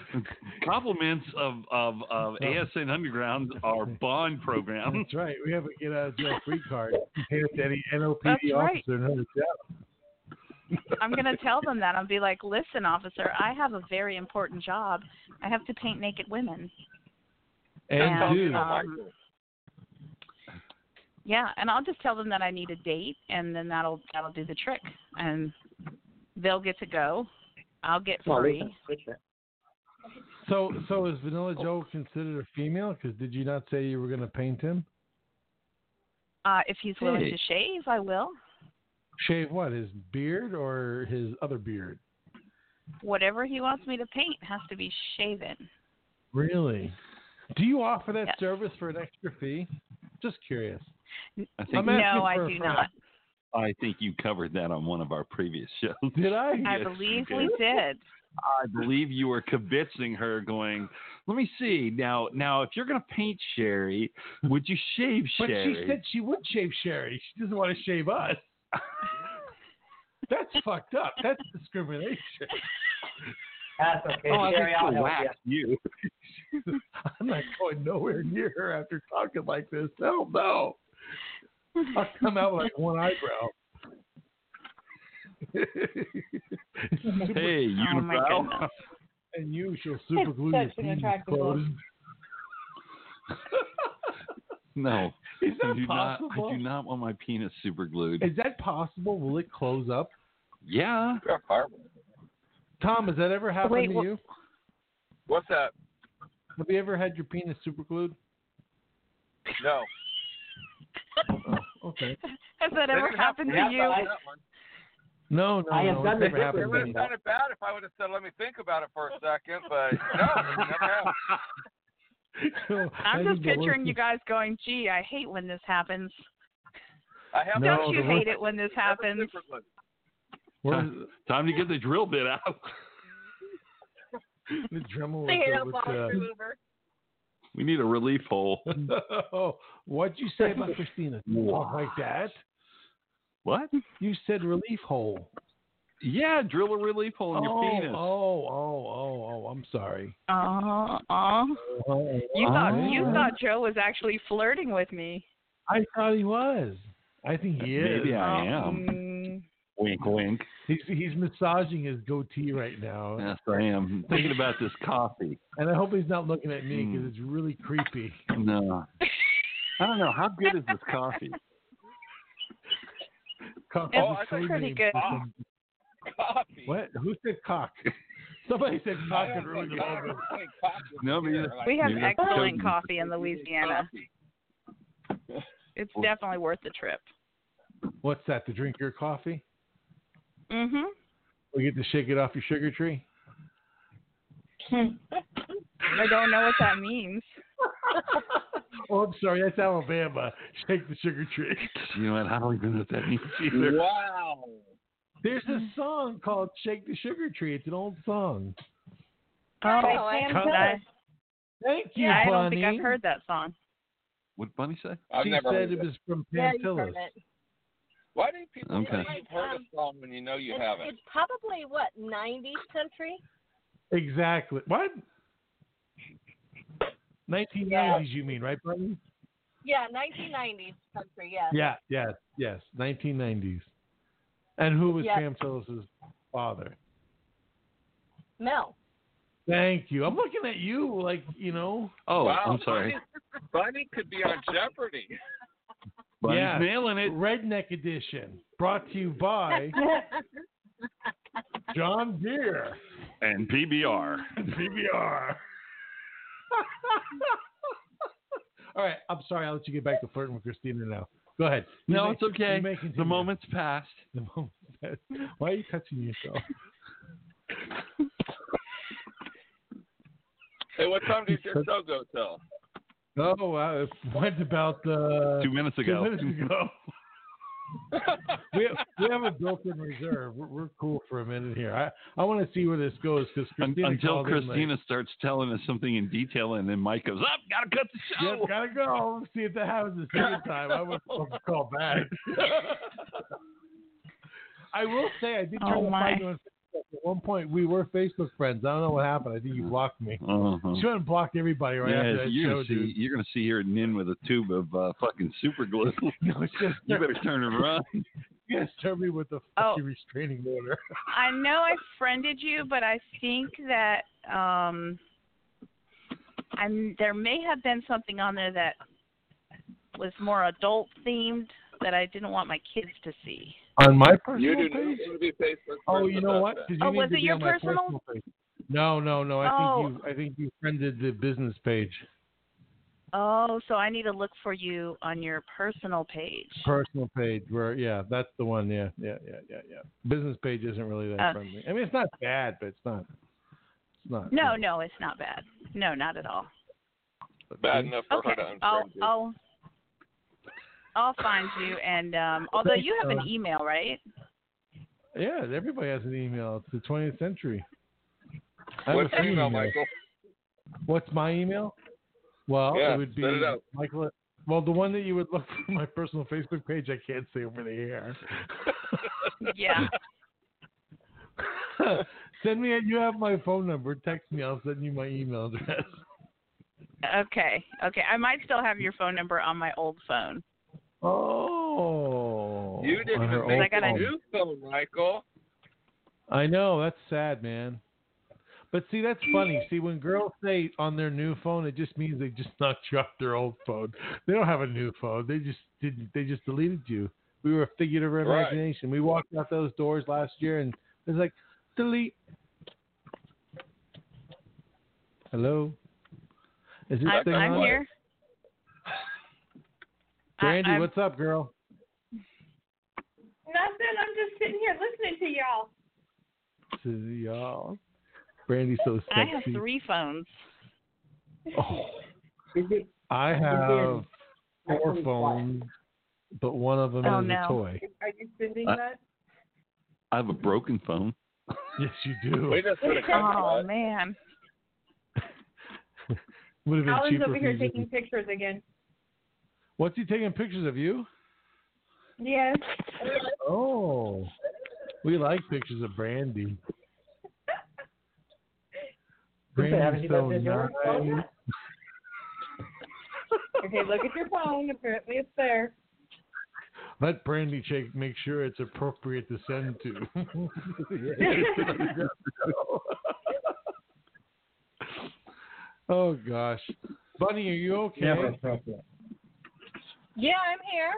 Compliments of of of ASN Underground, our bond program.
That's right. We have a get out of jail free card compared to any NOPD
That's right.
officer in another job.
I'm gonna tell them that. I'll be like, "Listen, officer, I have a very important job. I have to paint naked women."
And,
And,
dude,
um, Yeah, and I'll just tell them that I need a date, and then that'll that'll do the trick, and they'll get to go. I'll get free.
so so is Vanilla Joe considered a female? Because did you not say you were gonna paint him?
Uh, if he's willing
Hey.
to shave, I will.
Shave what? His beard or his other beard?
Whatever he wants me to paint has to be shaven.
Really? Do you offer that service for an extra fee? Just curious.
I think
I'm asking
no, I
for a
do
friend.
not.
I think you covered that on one of our previous shows.
Did I?
I
Yes, you
believe
did.
we did.
I believe you were convincing her, going, "Let me see now. Now, if you're going to paint Sherry, would you shave
But
Sherry?"
she said she would shave Sherry. She doesn't want to shave us. That's fucked up. That's discrimination.
That's okay,
Oh, I think
Sherry. I'll
she'll
help
whack
you.
I'm not going nowhere near her after talking like this. Hell no. I'll come out with like one eyebrow.
Hey, you Oh, my brow. goodness.
and you shall super glue your
such an
fingers
attractive
closed.
"No,
Is that
I do
possible?
not. I do not want my penis super glued."
Is that possible? Will it close up?
yeah.
Tom, has that ever happened
Wait,
to
wha-
you?
What's that?
Have you ever had your penis super glued?
No.
Okay.
Has that
They
ever
didn't have-
happened
they
to
have
you?
to like that one.
No, no,
I have
no.
done
it's
this
never
It
happened
would
to
have
me.
sounded bad if I would have said, "Let me think about it for a second, but no, it never happened.
I'm just
I think the worst
picturing you
is-
guys going, "Gee, I hate when this happens."
I have
No,
Don't you
the
hate
worst-
it when this happens?
What is
Time to get the drill bit out.
The Dremel
They hit up
was
all
over to-
remover.
We need a relief hole.
oh, what'd you say about Christina?
What?
Something like that?
What?
You said relief hole.
Yeah, drill a relief hole in
oh,
your penis.
oh, oh, oh, oh, I'm sorry.
Oh, oh.
Oh,
You thought
oh.
you thought Joe was actually flirting with me.
I thought he was. I think he is.
Maybe I am.
Mm,
Wink, wink.
He's he's massaging his goatee right now,
Yes, I am. Thinking about this coffee.
and I hope he's not looking at me because it's really creepy.
No. I don't know. How good is this coffee?
Cock
It's
is a code
pretty
name
good.
for some-
Coffee.
What? Who said cock? Somebody said
Oh
cock and ruined it all.
No, maybe
we have
maybe that's
excellent
code.
coffee in Louisiana. It's definitely worth the trip.
What's that? To drink your coffee?
Mhm.
We get to shake it off your sugar tree.
I don't know what that means.
Oh, I'm sorry, that's Alabama. Shake the sugar tree.
You know what? I don't even know what that means either.
Wow.
There's a song called "Shake the Sugar Tree." It's an old song.
Oh,
Oh, I am
I,
Thank you,
yeah, I don't
Bonnie.
think I've heard that song.
What did Bunny say?
I've
she
never
said
heard
it
it.
was from
Yeah, you've heard
Pantillas.
it.
Why do people
Okay.
think you've heard a song when you know you
It's,
haven't?
it's probably what 90s country.
Exactly. What? 1990s, you mean, right, Bunny?
Yeah, 1990s country. Yes.
Yeah, yes, yes, 1990s. And who was
Yeah.
Pam Tillis' father?
Mel.
Thank you. I'm looking at you like, you know.
Oh,
Wow,
I'm sorry.
Bunny, Bunny could be on Jeopardy.
Bunny's
Yeah.
nailing it.
Redneck Edition, brought to you by John Deere
And PBR.
and PBR. All right, I'm sorry. I'll let you get back to flirting with Christina now. Go ahead. You
No,
may-
it's okay.
you may continue.
The moment's passed.
The moment. Why are you touching yourself?
Hey, what time does your show go till?
Oh, uh, it went about uh,
Two minutes ago.
Two minutes ago. we, have, we have a built-in reserve. We're, we're cool for a minute here. I, I want to see where this goes because
Un-
Christina
until
called in
Christina starts telling us something in detail, and then Mike goes, "Up, gotta cut the show."
Like, yep, gotta go. Let's See if that happens the second time. I would to call back. I will say I did try
Oh,
to
my.
find you on Facebook. At one point, we were Facebook friends. I don't know what happened. I think you blocked me.
Uh-huh.
She went and blocked everybody right
yeah,
after that
you're
show,
gonna see
dude.
you're gonna see her Nin with a tube of uh, fucking super glue.
No, it's just
you better turn and run.
you guys served me with the
Oh.
fucking restraining order.
I know I friended you, but I think that um, I'm, there may have been something on there that was more adult themed that I didn't want my kids to see.
On my
you
personal
do
page?
not need to be Facebook.
Oh,
friends
you know
about
what?
that.
Did you
Oh,
need
was
to
it
be
your
on my
personal?
page? No, no, no. I
Oh.
think you. I think you friended the business page.
Oh, so I need to look for you on your personal page.
Personal page, where yeah, that's the one. Yeah, yeah, yeah, yeah, yeah. Business page isn't really that
Uh.
friendly. I mean, it's not bad, but it's not. It's not.
No, no, it's not bad. No, not at all.
Bad enough for
Okay,
her to
I'll
unfriend you.
I'll I'll find you. And um, although you have an
Thanks,
email, right?
Yeah, everybody has an email. It's the 20th century. I have
What's
a
your
free
email, Michael?
What's my email? Well,
Yeah,
it would be
spit it out.
Michael. Well, the one that you would look for my personal Facebook page, I can't say over the air.
Yeah.
send me. A, you have my phone number. Text me. I'll send you my email address.
Okay. Okay. I might still have your phone number on my old phone.
Oh.
You didn't
on her
even make
old
a
phone.
new phone, Michael.
I know that's sad, man. But see, that's funny. See, when girls say on their new phone, it just means they just knocked you off their old phone. They don't have a new phone. They just didn't. They just deleted you. We were a figure of our
Right.
imagination. We walked out those doors last year, and it's like delete. Hello. Is this
I'm,
thing
I'm
on?
here.
Brandy,
I'm-
what's up, girl?
Nothing. I'm just sitting here listening to y'all.
To y'all. Brandy's so sexy.
I have three phones.
Oh.
Is it?
I have four
Really quiet.
phones, but one of them
Oh,
is
no.
a toy.
Are you sending
Uh,
that?
I have a broken phone.
yes, you do.
oh man.
Would have been
Alan's
cheaper
over
if
here
you
taking
didn't-
pictures again.
What's he taking pictures of you?
Yes.
Oh, we like pictures of Brandy. Brandy's so nice.
okay, look at your phone. Apparently, it's there.
Let Brandy check, make sure it's appropriate to send to. oh gosh, Bunny, are you okay?
Never
Yeah, I'm here.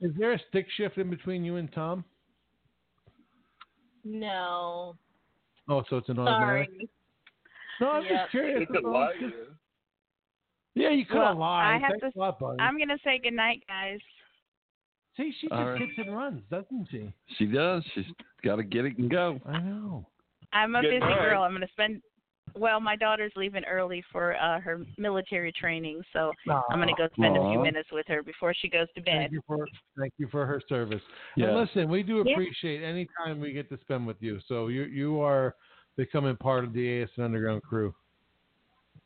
Is there a stick shift in between you and Tom?
No.
Oh, so it's an
Sorry.
automatic. No, I'm
Yep.
just curious.
You could
That's all.
lie,
Yeah, you could
Well,
have lied.
I have
Thanks
to-
a lot, Bunny.
I'm gonna say goodnight, guys.
See, she just
All right.
hits and runs, doesn't she?
She does. She's got to get it and go.
I know.
I'm a
Good
busy
night.
girl. I'm gonna spend. Well, my daughter's leaving early for uh, her military training, so I'm gonna go spend a few
Aw.
minutes with her before she goes to bed.
Thank you for thank you for her service.
Yeah.
And listen, we do
Yeah.
appreciate any time we get to spend with you. So you you are becoming part of the ASN Underground crew.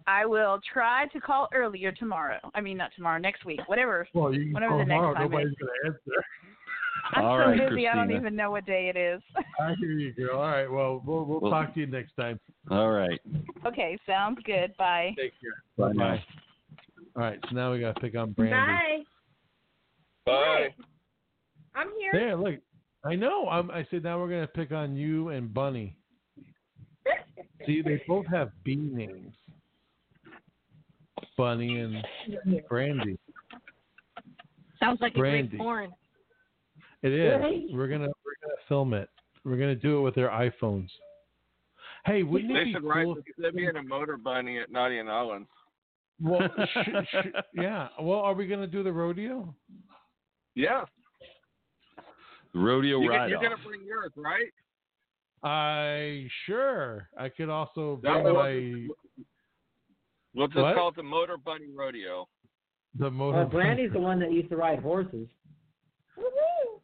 I will try to call earlier tomorrow. I mean, not tomorrow, next week, whatever.
Well, you can
whatever
call
the next
tomorrow.
time
Nobody's
is.
going to answer.
I'm
All
so
right,
busy, I don't
Christina.
even know what day it is.
I hear you, girl. All right. Well, we'll, we'll
Well-
talk to you next time.
All right.
okay, sounds good. Bye.
Take care. Bye bye. All right. So now we got to pick on Brandy.
Bye.
Bye.
I'm here.
There, look. I know. I'm, I said now we're gonna pick on you and Bunny. See, they both have B names. Bunny and Brandy.
Sounds like a
Brandy.
great porn.
It is.
Really?
We're gonna we're gonna film it. We're gonna do it with their iPhones. Hey, wouldn't it
they
be
should
cool?
ride
if-
the amphibian and motor bunny at Naughty and Allen's.
Well, sh- sh- yeah. Well, are we gonna do the rodeo?
Yeah.
Rodeo
You
ride
are
off.
gonna bring yours, right?
I sure. I could also
That
bring
way
my
We'll just
What?
call it the Motor Bunny Rodeo.
the motor.
Well, Uh, Brandy's the one that used to ride horses.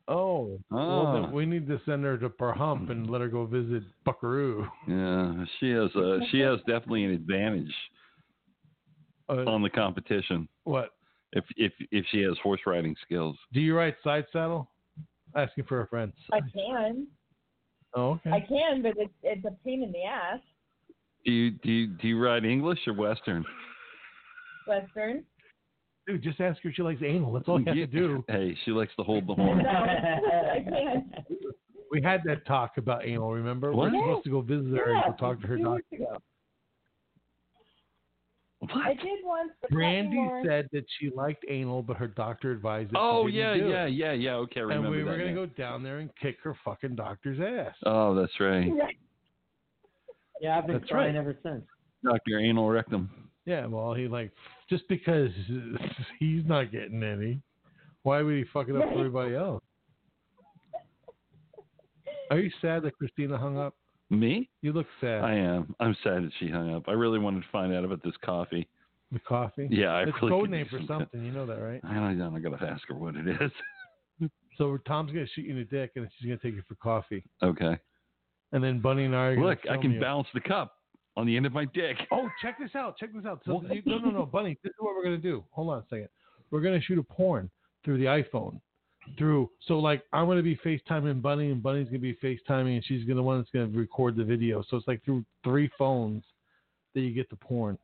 Oh, well,
Ah.
then we need to send her to Perhump and let her go visit Buckaroo.
Yeah, she has. Uh, she has definitely an advantage on the competition
Uh, What?
if if if she has horse riding skills.
Do you ride side saddle? Asking for a friend.
I can.
Oh, okay.
I can, but it's it's a pain in the ass.
Do you do you, do you ride English or Western?
Western.
Dude, just ask her if she likes anal. That's all you have
Yeah.
to do.
Hey, she likes to hold the
No,
horn.
I can.
We had that talk about anal, remember?
What?
We were supposed to go visit her
Yeah,
and go talk to her
two
doctor.
years ago. I
What?
did once. But
Brandy
Cottonmore-
said that she liked anal, but her doctor advised that
Oh
she
yeah,
didn't do
yeah,
it.
yeah, yeah. Okay, I remember
And we were
that.
gonna
now.
go down there and kick her fucking doctor's ass.
Oh, that's right,
Yeah, I've been
That's
trying
right.
ever since.
Doctor Anal Rectum.
Yeah, well, he like just because he's not getting any, why would he fuck it up for everybody else? Are you sad that Christina hung up?
Me?
You look sad.
I am. I'm sad that she hung up. I really wanted to find out about this coffee.
the coffee.
Yeah, I
it's
really
code
could
name
use
for
some-
something. You know that, right?
I don't know. I gotta ask her what it is.
So Tom's gonna shoot you in the dick, and she's gonna take you for coffee,
Okay.
and then Bunny and I are gonna
Look, I
film
can
you.
balance the cup on the end of my dick.
Oh, check this out. Check this out. So
What?
you, no, no, no, Bunny. This is what we're gonna do. Hold on a second. We're gonna shoot a porn through the iPhone. Through so like I'm gonna be FaceTiming Bunny and Bunny's gonna be FaceTiming and she's gonna the one that's gonna record the video. So it's like through three phones that you get the porn.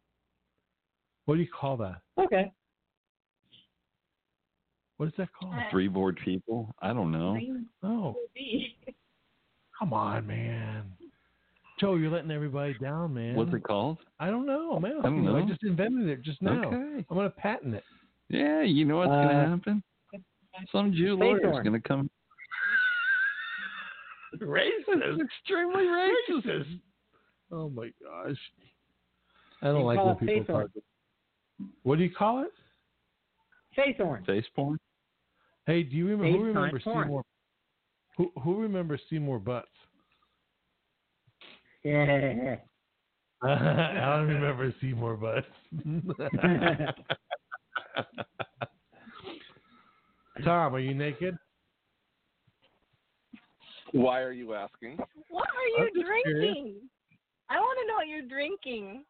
What do you call that?
Okay.
What is that called?
Three bored people. I don't know.
Oh, come on, man. Joe, you're letting everybody down, man.
What's it called?
I don't know, man. I
don't
I
know.
just invented it just now.
Okay.
I'm gonna patent it.
Yeah, you know what's gonna
Uh,
happen? Some Jew
Face
lawyer's
horn.
gonna come.
racist.
Extremely
racist. Oh my gosh. I don't
You
like
call
when
it face
people
horn.
talk. What do you call it?
Face horn.
Face porn.
Hey, do you remember who
FaceTime
remembers
porn.
Seymour? Who who remembers Seymour Butts?
Yeah.
Alan remembers Seymour Butts. Tom, are you naked?
Why are you asking?
What are
I'm
you
just curious.
drinking? I want to know what you're drinking.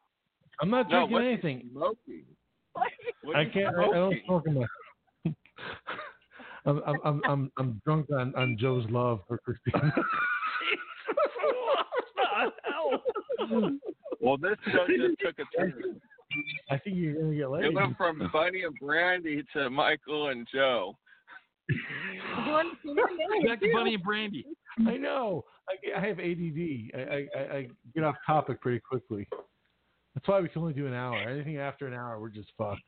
I'm not
No,
drinking
what you
anything.
Smoking.
What?
What
I
you
can't. I, I don't
smoking?
smoke in my. I'm, I'm I'm I'm I'm drunk on, on Joe's love for Christina.
Well, this show just took a turn.
I think you're gonna get
It
laid.
went from Bunny and Brandy to Michael and Joe.
Back to Bunny and Brandy. I know. I, I have ADD. I, I, I- I get off topic pretty quickly. That's why we can only do an hour. Anything after an hour, we're just fucked.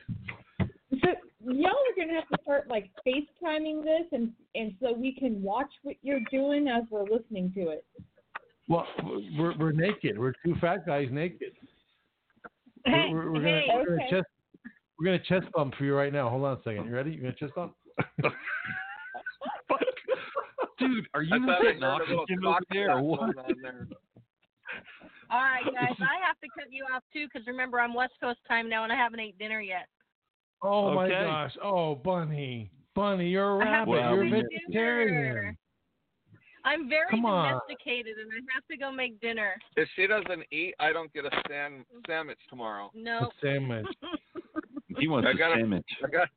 So y'all are gonna have to start like FaceTiming this, and and so we can watch what you're doing as we're listening to it.
Well, we're, we're naked. We're two fat guys naked. We're, we're, we're gonna,
Hey,
we're gonna
okay.
chest we're gonna chest bump for you right now. Hold on a second. You ready? You gonna chest bump?
Dude, are you
I
not
thought I
getting
heard a little
oxygen over
cock
there or
going
what?
on
All right, guys, I have to cut you off too because remember I'm West Coast time now and I haven't ate dinner yet.
Oh my
Okay.
gosh! Oh, Bunny, Bunny, you're a
I have
rabbit.
to
You're a
make
vegetarian.
I'm very
Come on.
domesticated and I have to go make dinner.
If she doesn't eat, I don't get a sand, sandwich tomorrow.
No.
Sandwich.
He wants
I
a
gotta-
sandwich.
I got,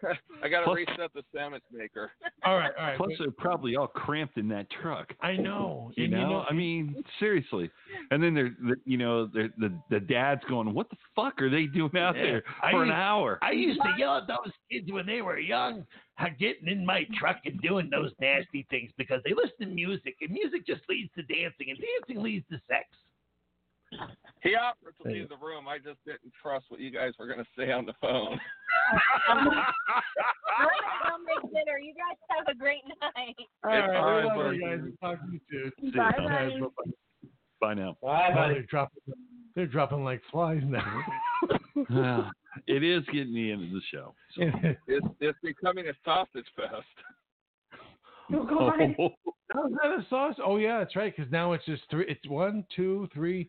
I got to
Plus-
reset the sandwich maker.
All right, all right.
Plus, they're probably all cramped in that truck.
I know.
You
and
know,
you know
I mean, seriously. And then they're, the- you know, they're, the the dad's going, "What the fuck are they doing out
Yeah.
there
I
for an
used-
hour?"
I used to yell at those kids when they were young, how getting in my truck and doing those nasty things because they listen to music and music just leads to dancing and dancing leads to sex.
He offered to leave the room. I just didn't trust what you guys were going to say on the phone.
I'm gonna go make dinner. You guys have a great night.
All right,
All right,
we love
buddy.
you guys. We'll talk to you soon.
Bye,
All right,
buddy.
bye-bye.
By now,
Bye,
Wow,
buddy.
they're dropping, they're dropping like flies now.
Ah, it is getting the end of the show. So.
It's, it's becoming a sausage fest.
Oh. How's that a sauce? Oh yeah, that's right. Because now it's just three. It's one, two, three,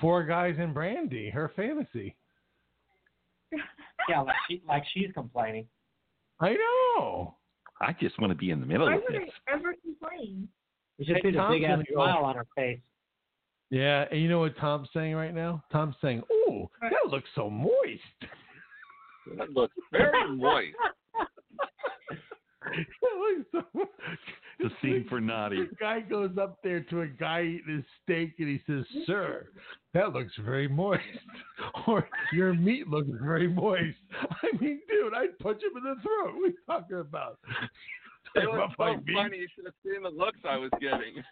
four guys and Brandy. Her fantasy.
Yeah, like she like she's complaining.
I know.
I just want to be in the middle
Why
of
would
this.
I ever complain?
You should
Hey,
see the
Tom's
big ass
gonna go.
smile on her face.
Yeah, and you know what Tom's saying right now? Tom's saying, "Ooh, that looks so moist."
That looks very moist.
that looks so moist.
The scene for Naughty.
This guy goes up there to a guy eating his steak and he says, Sir, that looks very moist. or your meat looks very moist. I mean, dude, I'd punch him in the throat. What are you talking about?
It was
Talking
so
about my meat?
funny. You should have seen the looks I was getting.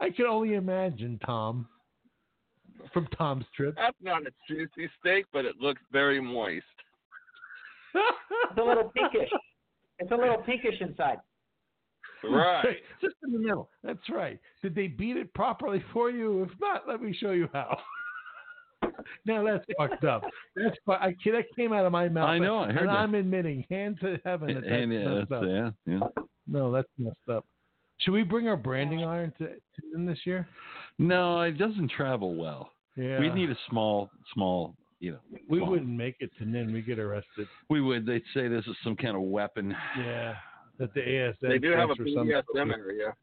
I can only imagine Tom from Tom's trip.
That's not a juicy steak, but it looks very moist.
It's a little pinkish. It's a little pinkish inside.
Right.
Just in the middle. That's right. Did they beat it properly for you? If not, let me show you how. now that's fucked up. That's fu- I, that came out of my mouth.
I know, I heard
and
that.
I'm admitting, hand to heaven, that that's
And, yeah,
messed up.
that's- yeah, yeah.
No, that's messed up. Should we bring our branding iron to, to in this year?
No, it doesn't travel well.
Yeah,
We'd need a small, small, you know.
We
small-
wouldn't make it to then we get arrested.
We would. They'd say this is some kind of weapon.
Yeah, that the ASN.
They do have a
sets or something.
BDSM area.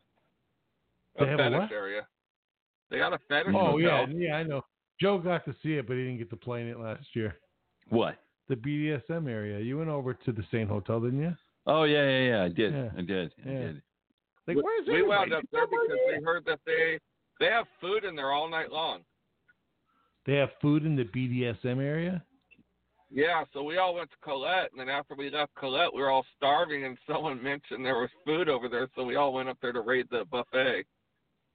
They
a
have a
fetish
what?
area. They got a fetish
Oh yeah,
hotel.
yeah, I know. Joe got to see it, but he didn't get to play in it last year.
What?
The BDSM area. You went over to the same hotel, didn't you?
Oh yeah, yeah, yeah. I did.
Yeah.
I did. I
Yeah.
did.
Like,
We-
where's
we wound
everybody?
up there because we heard that they they have food in there all night long.
They have food in the BDSM area.
Yeah, so we all went to Colette, and then after we left Colette, we were all starving, and someone mentioned there was food over there, so we all went up there to raid the buffet.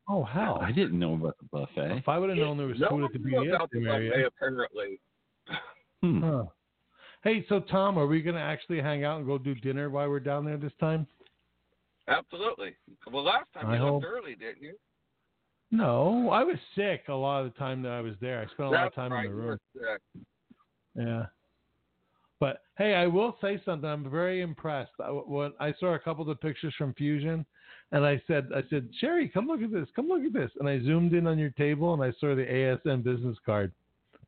Oh hell!
I didn't know about the buffet.
If I would have known there was
no
food
one
at the
knew about the
BDSM
buffet
area.
apparently.
Hmm.
Huh. Hey, so Tom, are we gonna actually hang out and go do dinner while we're down there this time?
Absolutely. Well, last time
I
you
hope-
left early, didn't you?
No, I was sick a lot of the time that I was there. I spent a lot
That's
of time
right.
in the
you
room.
were sick.
Yeah. But hey, I will say something. I'm very impressed. I, when I saw a couple of the pictures from Fusion, and I said, I said, Sherry, come look at this. Come look at this. And I zoomed in on your table, and I saw the ASN business card.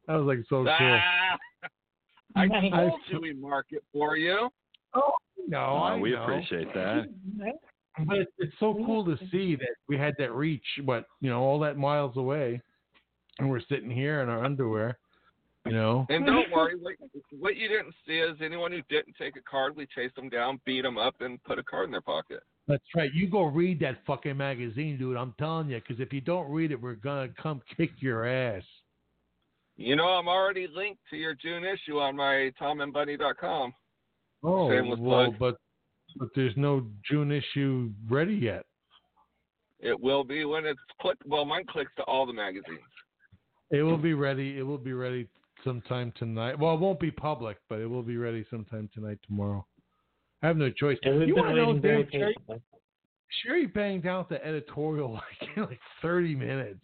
I was like so cool.
Ah, I
Nice.
told you we mark it for you.
Oh no,
Oh,
I
we
know.
appreciate that.
But it's, it's so cool to see that we had that reach, but you know, all that miles away, and we're sitting here in our underwear. You know,
And don't worry, what, what you didn't see is anyone who didn't take a card, we chased them down, beat them up, and put a card in their pocket.
That's right. You go read that fucking magazine, dude. I'm telling you, because if you don't read it, we're gonna come kick your ass.
You know, I'm already linked to your June issue on my tomandbunny.com.
Oh,
Shameless
well,
plug.
but but there's no June issue ready yet.
It will be when it's clicked. Well, mine clicks to all the magazines.
It will be ready. It will be ready sometime tonight. Well, it won't be public, but it will be ready sometime tonight, tomorrow. I have no choice. you wanna know, dude, Sherry, Sherry banged out the editorial like in like 30 minutes.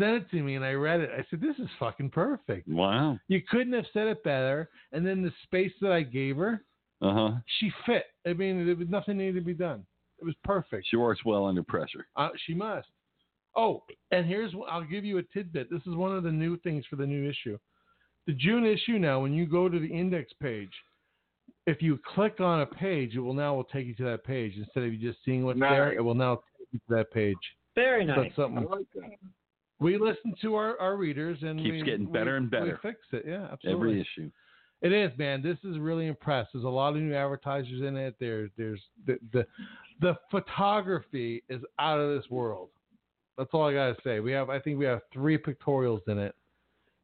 Sent it to me, and I read it. I said, "This is fucking perfect."
Wow.
You couldn't have said it better. And then the space that I gave her,
Uh huh.
she fit. I mean, there was nothing needed to be done. It was perfect.
She works well under pressure.
Uh, she must. Oh, and here's what- I'll give you a tidbit. This is one of the new things for the new issue. The June issue now, when you go to the index page, if you click on a page, it will now will take you to that page instead of you just seeing what's there. It will now take you to that page.
Very
So
nice.
it's something- We listen to our, our readers and
Keeps
we-
getting
we-
better and better.
We fix it. Yeah, absolutely.
Every issue.
It is, man. This is really impressed. There's a lot of new advertisers in it. There, there's the the, the photography is out of this world. That's all I gotta say. We have, I think we have three pictorials in it,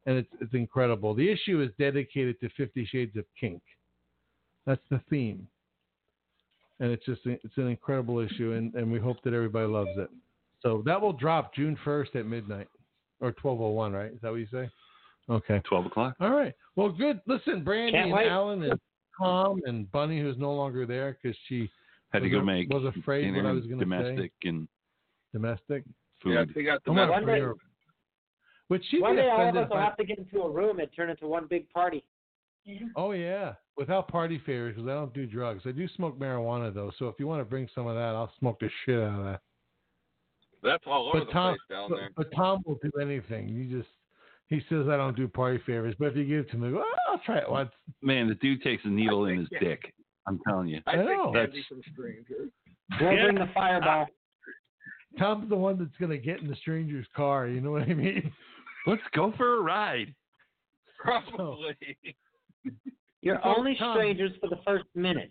and it's it's incredible. The issue is dedicated to Fifty Shades of Kink. That's the theme, and it's just it's an incredible issue, and and we hope that everybody loves it. So that will drop June first at midnight, or twelve oh one, right? Is that what you say? Okay.
Twelve o'clock.
All right. Well, good. Listen, Brandy
Can't
and
wait.
Alan and Tom and Bunny, who's no longer there because she
Had to
was
go
a-
make
was afraid what I
dinner,
was going to say.
domestic and
Domestic.
food.
Yeah, they got the
I'm not
message.
afraid of- Would she
One
be
day all of
offended
us will
by-
have to get into a room and turn into one big party.
Oh yeah, without party favors because I don't do drugs. I do smoke marijuana though, so if you want to bring some of that, I'll smoke the shit out of that.
That's all over
But
the
Tom,
place down
but,
there.
but Tom will do anything. You just he says I don't do party favors, but if you give it to me, well, I'll try it once.
Man, the dude takes a needle in his
yeah.
dick. I'm telling you.
I, think
That's,
Andy's some stranger.
We'll
Yeah. Ah.
bring the fireball.
Tom's the one that's gonna get in the stranger's car. You know what I mean?
let's go for a ride.
Probably.
Oh.
You're
So,
only
Tom-
strangers for the first minute.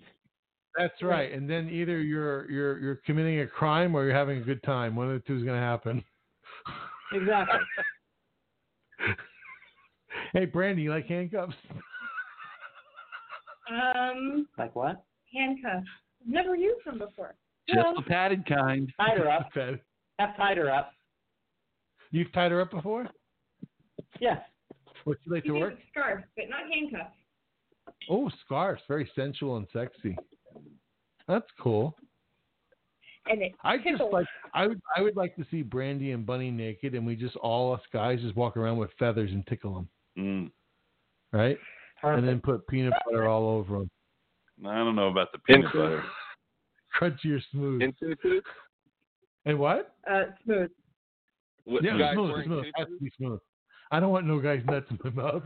That's right. And then either you're you're you're committing a crime or you're having a good time. One of the two is going to happen.
Exactly.
Hey, Brandy, you like handcuffs?
Um,
like what?
handcuffs. Never used them before.
Just the padded kind.
Tied her up.
Okay.
Have tied her up.
You've tied her up before?
Yes.
Was she late to work?
Scarf, but not handcuffs.
Oh, scarves, very sensual and sexy. That's cool.
And it
I just like I would I would like to see Brandy and Bunny naked, and we just all us guys just walk around with feathers and tickle them,
Mm.
right? And then put peanut butter all over them,
I don't know about the peanut
Into-
butter.
crunchy or smooth.
In tutus?
And what?
uh, smooth.
With
yeah,
guys
smooth,
wearing
smooth.
tutus?
Has to be smooth. I don't want no guy's nuts in my mouth.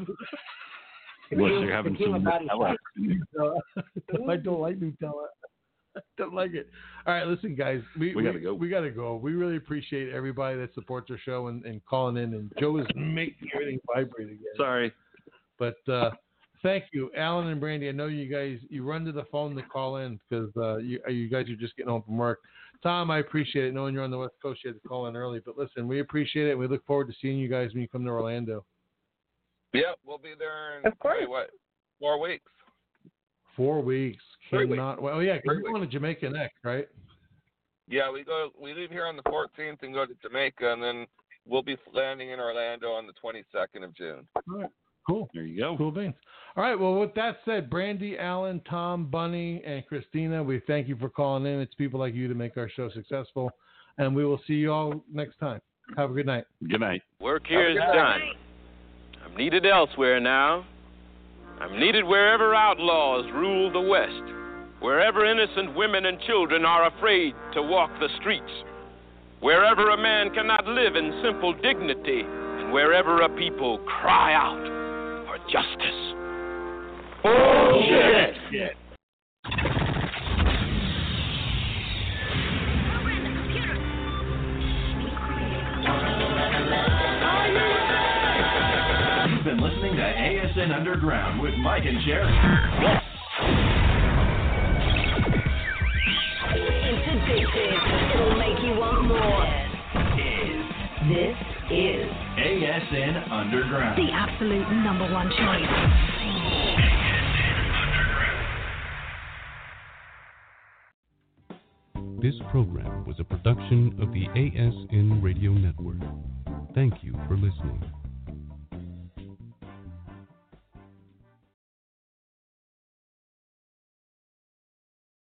Unless you're having some Nutella.
No, I don't like Nutella. I don't like it. All right, listen, guys, we,
We gotta go.
We gotta go. We really appreciate everybody that supports our show and, and calling in. And Joe is making everything vibrate again.
Sorry.
But uh, thank you, Alan and Brandy. I know you guys. You run to the phone to call in because uh, you, you guys are just getting home from work. Tom, I appreciate it. Knowing you're on the West Coast, you had to call in early. But listen, we appreciate it. We look forward to seeing you guys when you come to Orlando.
Yep, we'll be there in of course. what four weeks.
Four weeks.
Three weeks.
Cannot. Well, yeah, 'cause
Three
you're going to Jamaica next, right?
Yeah, we go. We leave here on the 14th and go to Jamaica, and then we'll be landing in Orlando on the 22nd of June.
All right. Cool.
There you go.
Cool beans. All right. Well, with that said, Brandy, Allen, Tom, Bunny, and Christina, we thank you for calling in. It's people like you to make our show successful. And we will see you all next time. Have a good night.
Good night.
Work here is done. I'm needed elsewhere now.
I'm needed wherever outlaws rule the West, wherever innocent women and children are afraid to walk the streets, wherever a man cannot live in simple dignity, and wherever a people cry out for justice. Bullshit!
You've been listening to ASN Underground with Mike and Jerry.
It's addictive. It'll make you want more. This is
ASN Underground.
the absolute number one choice.
This program was a production of the ASN Radio Network. Thank you for listening.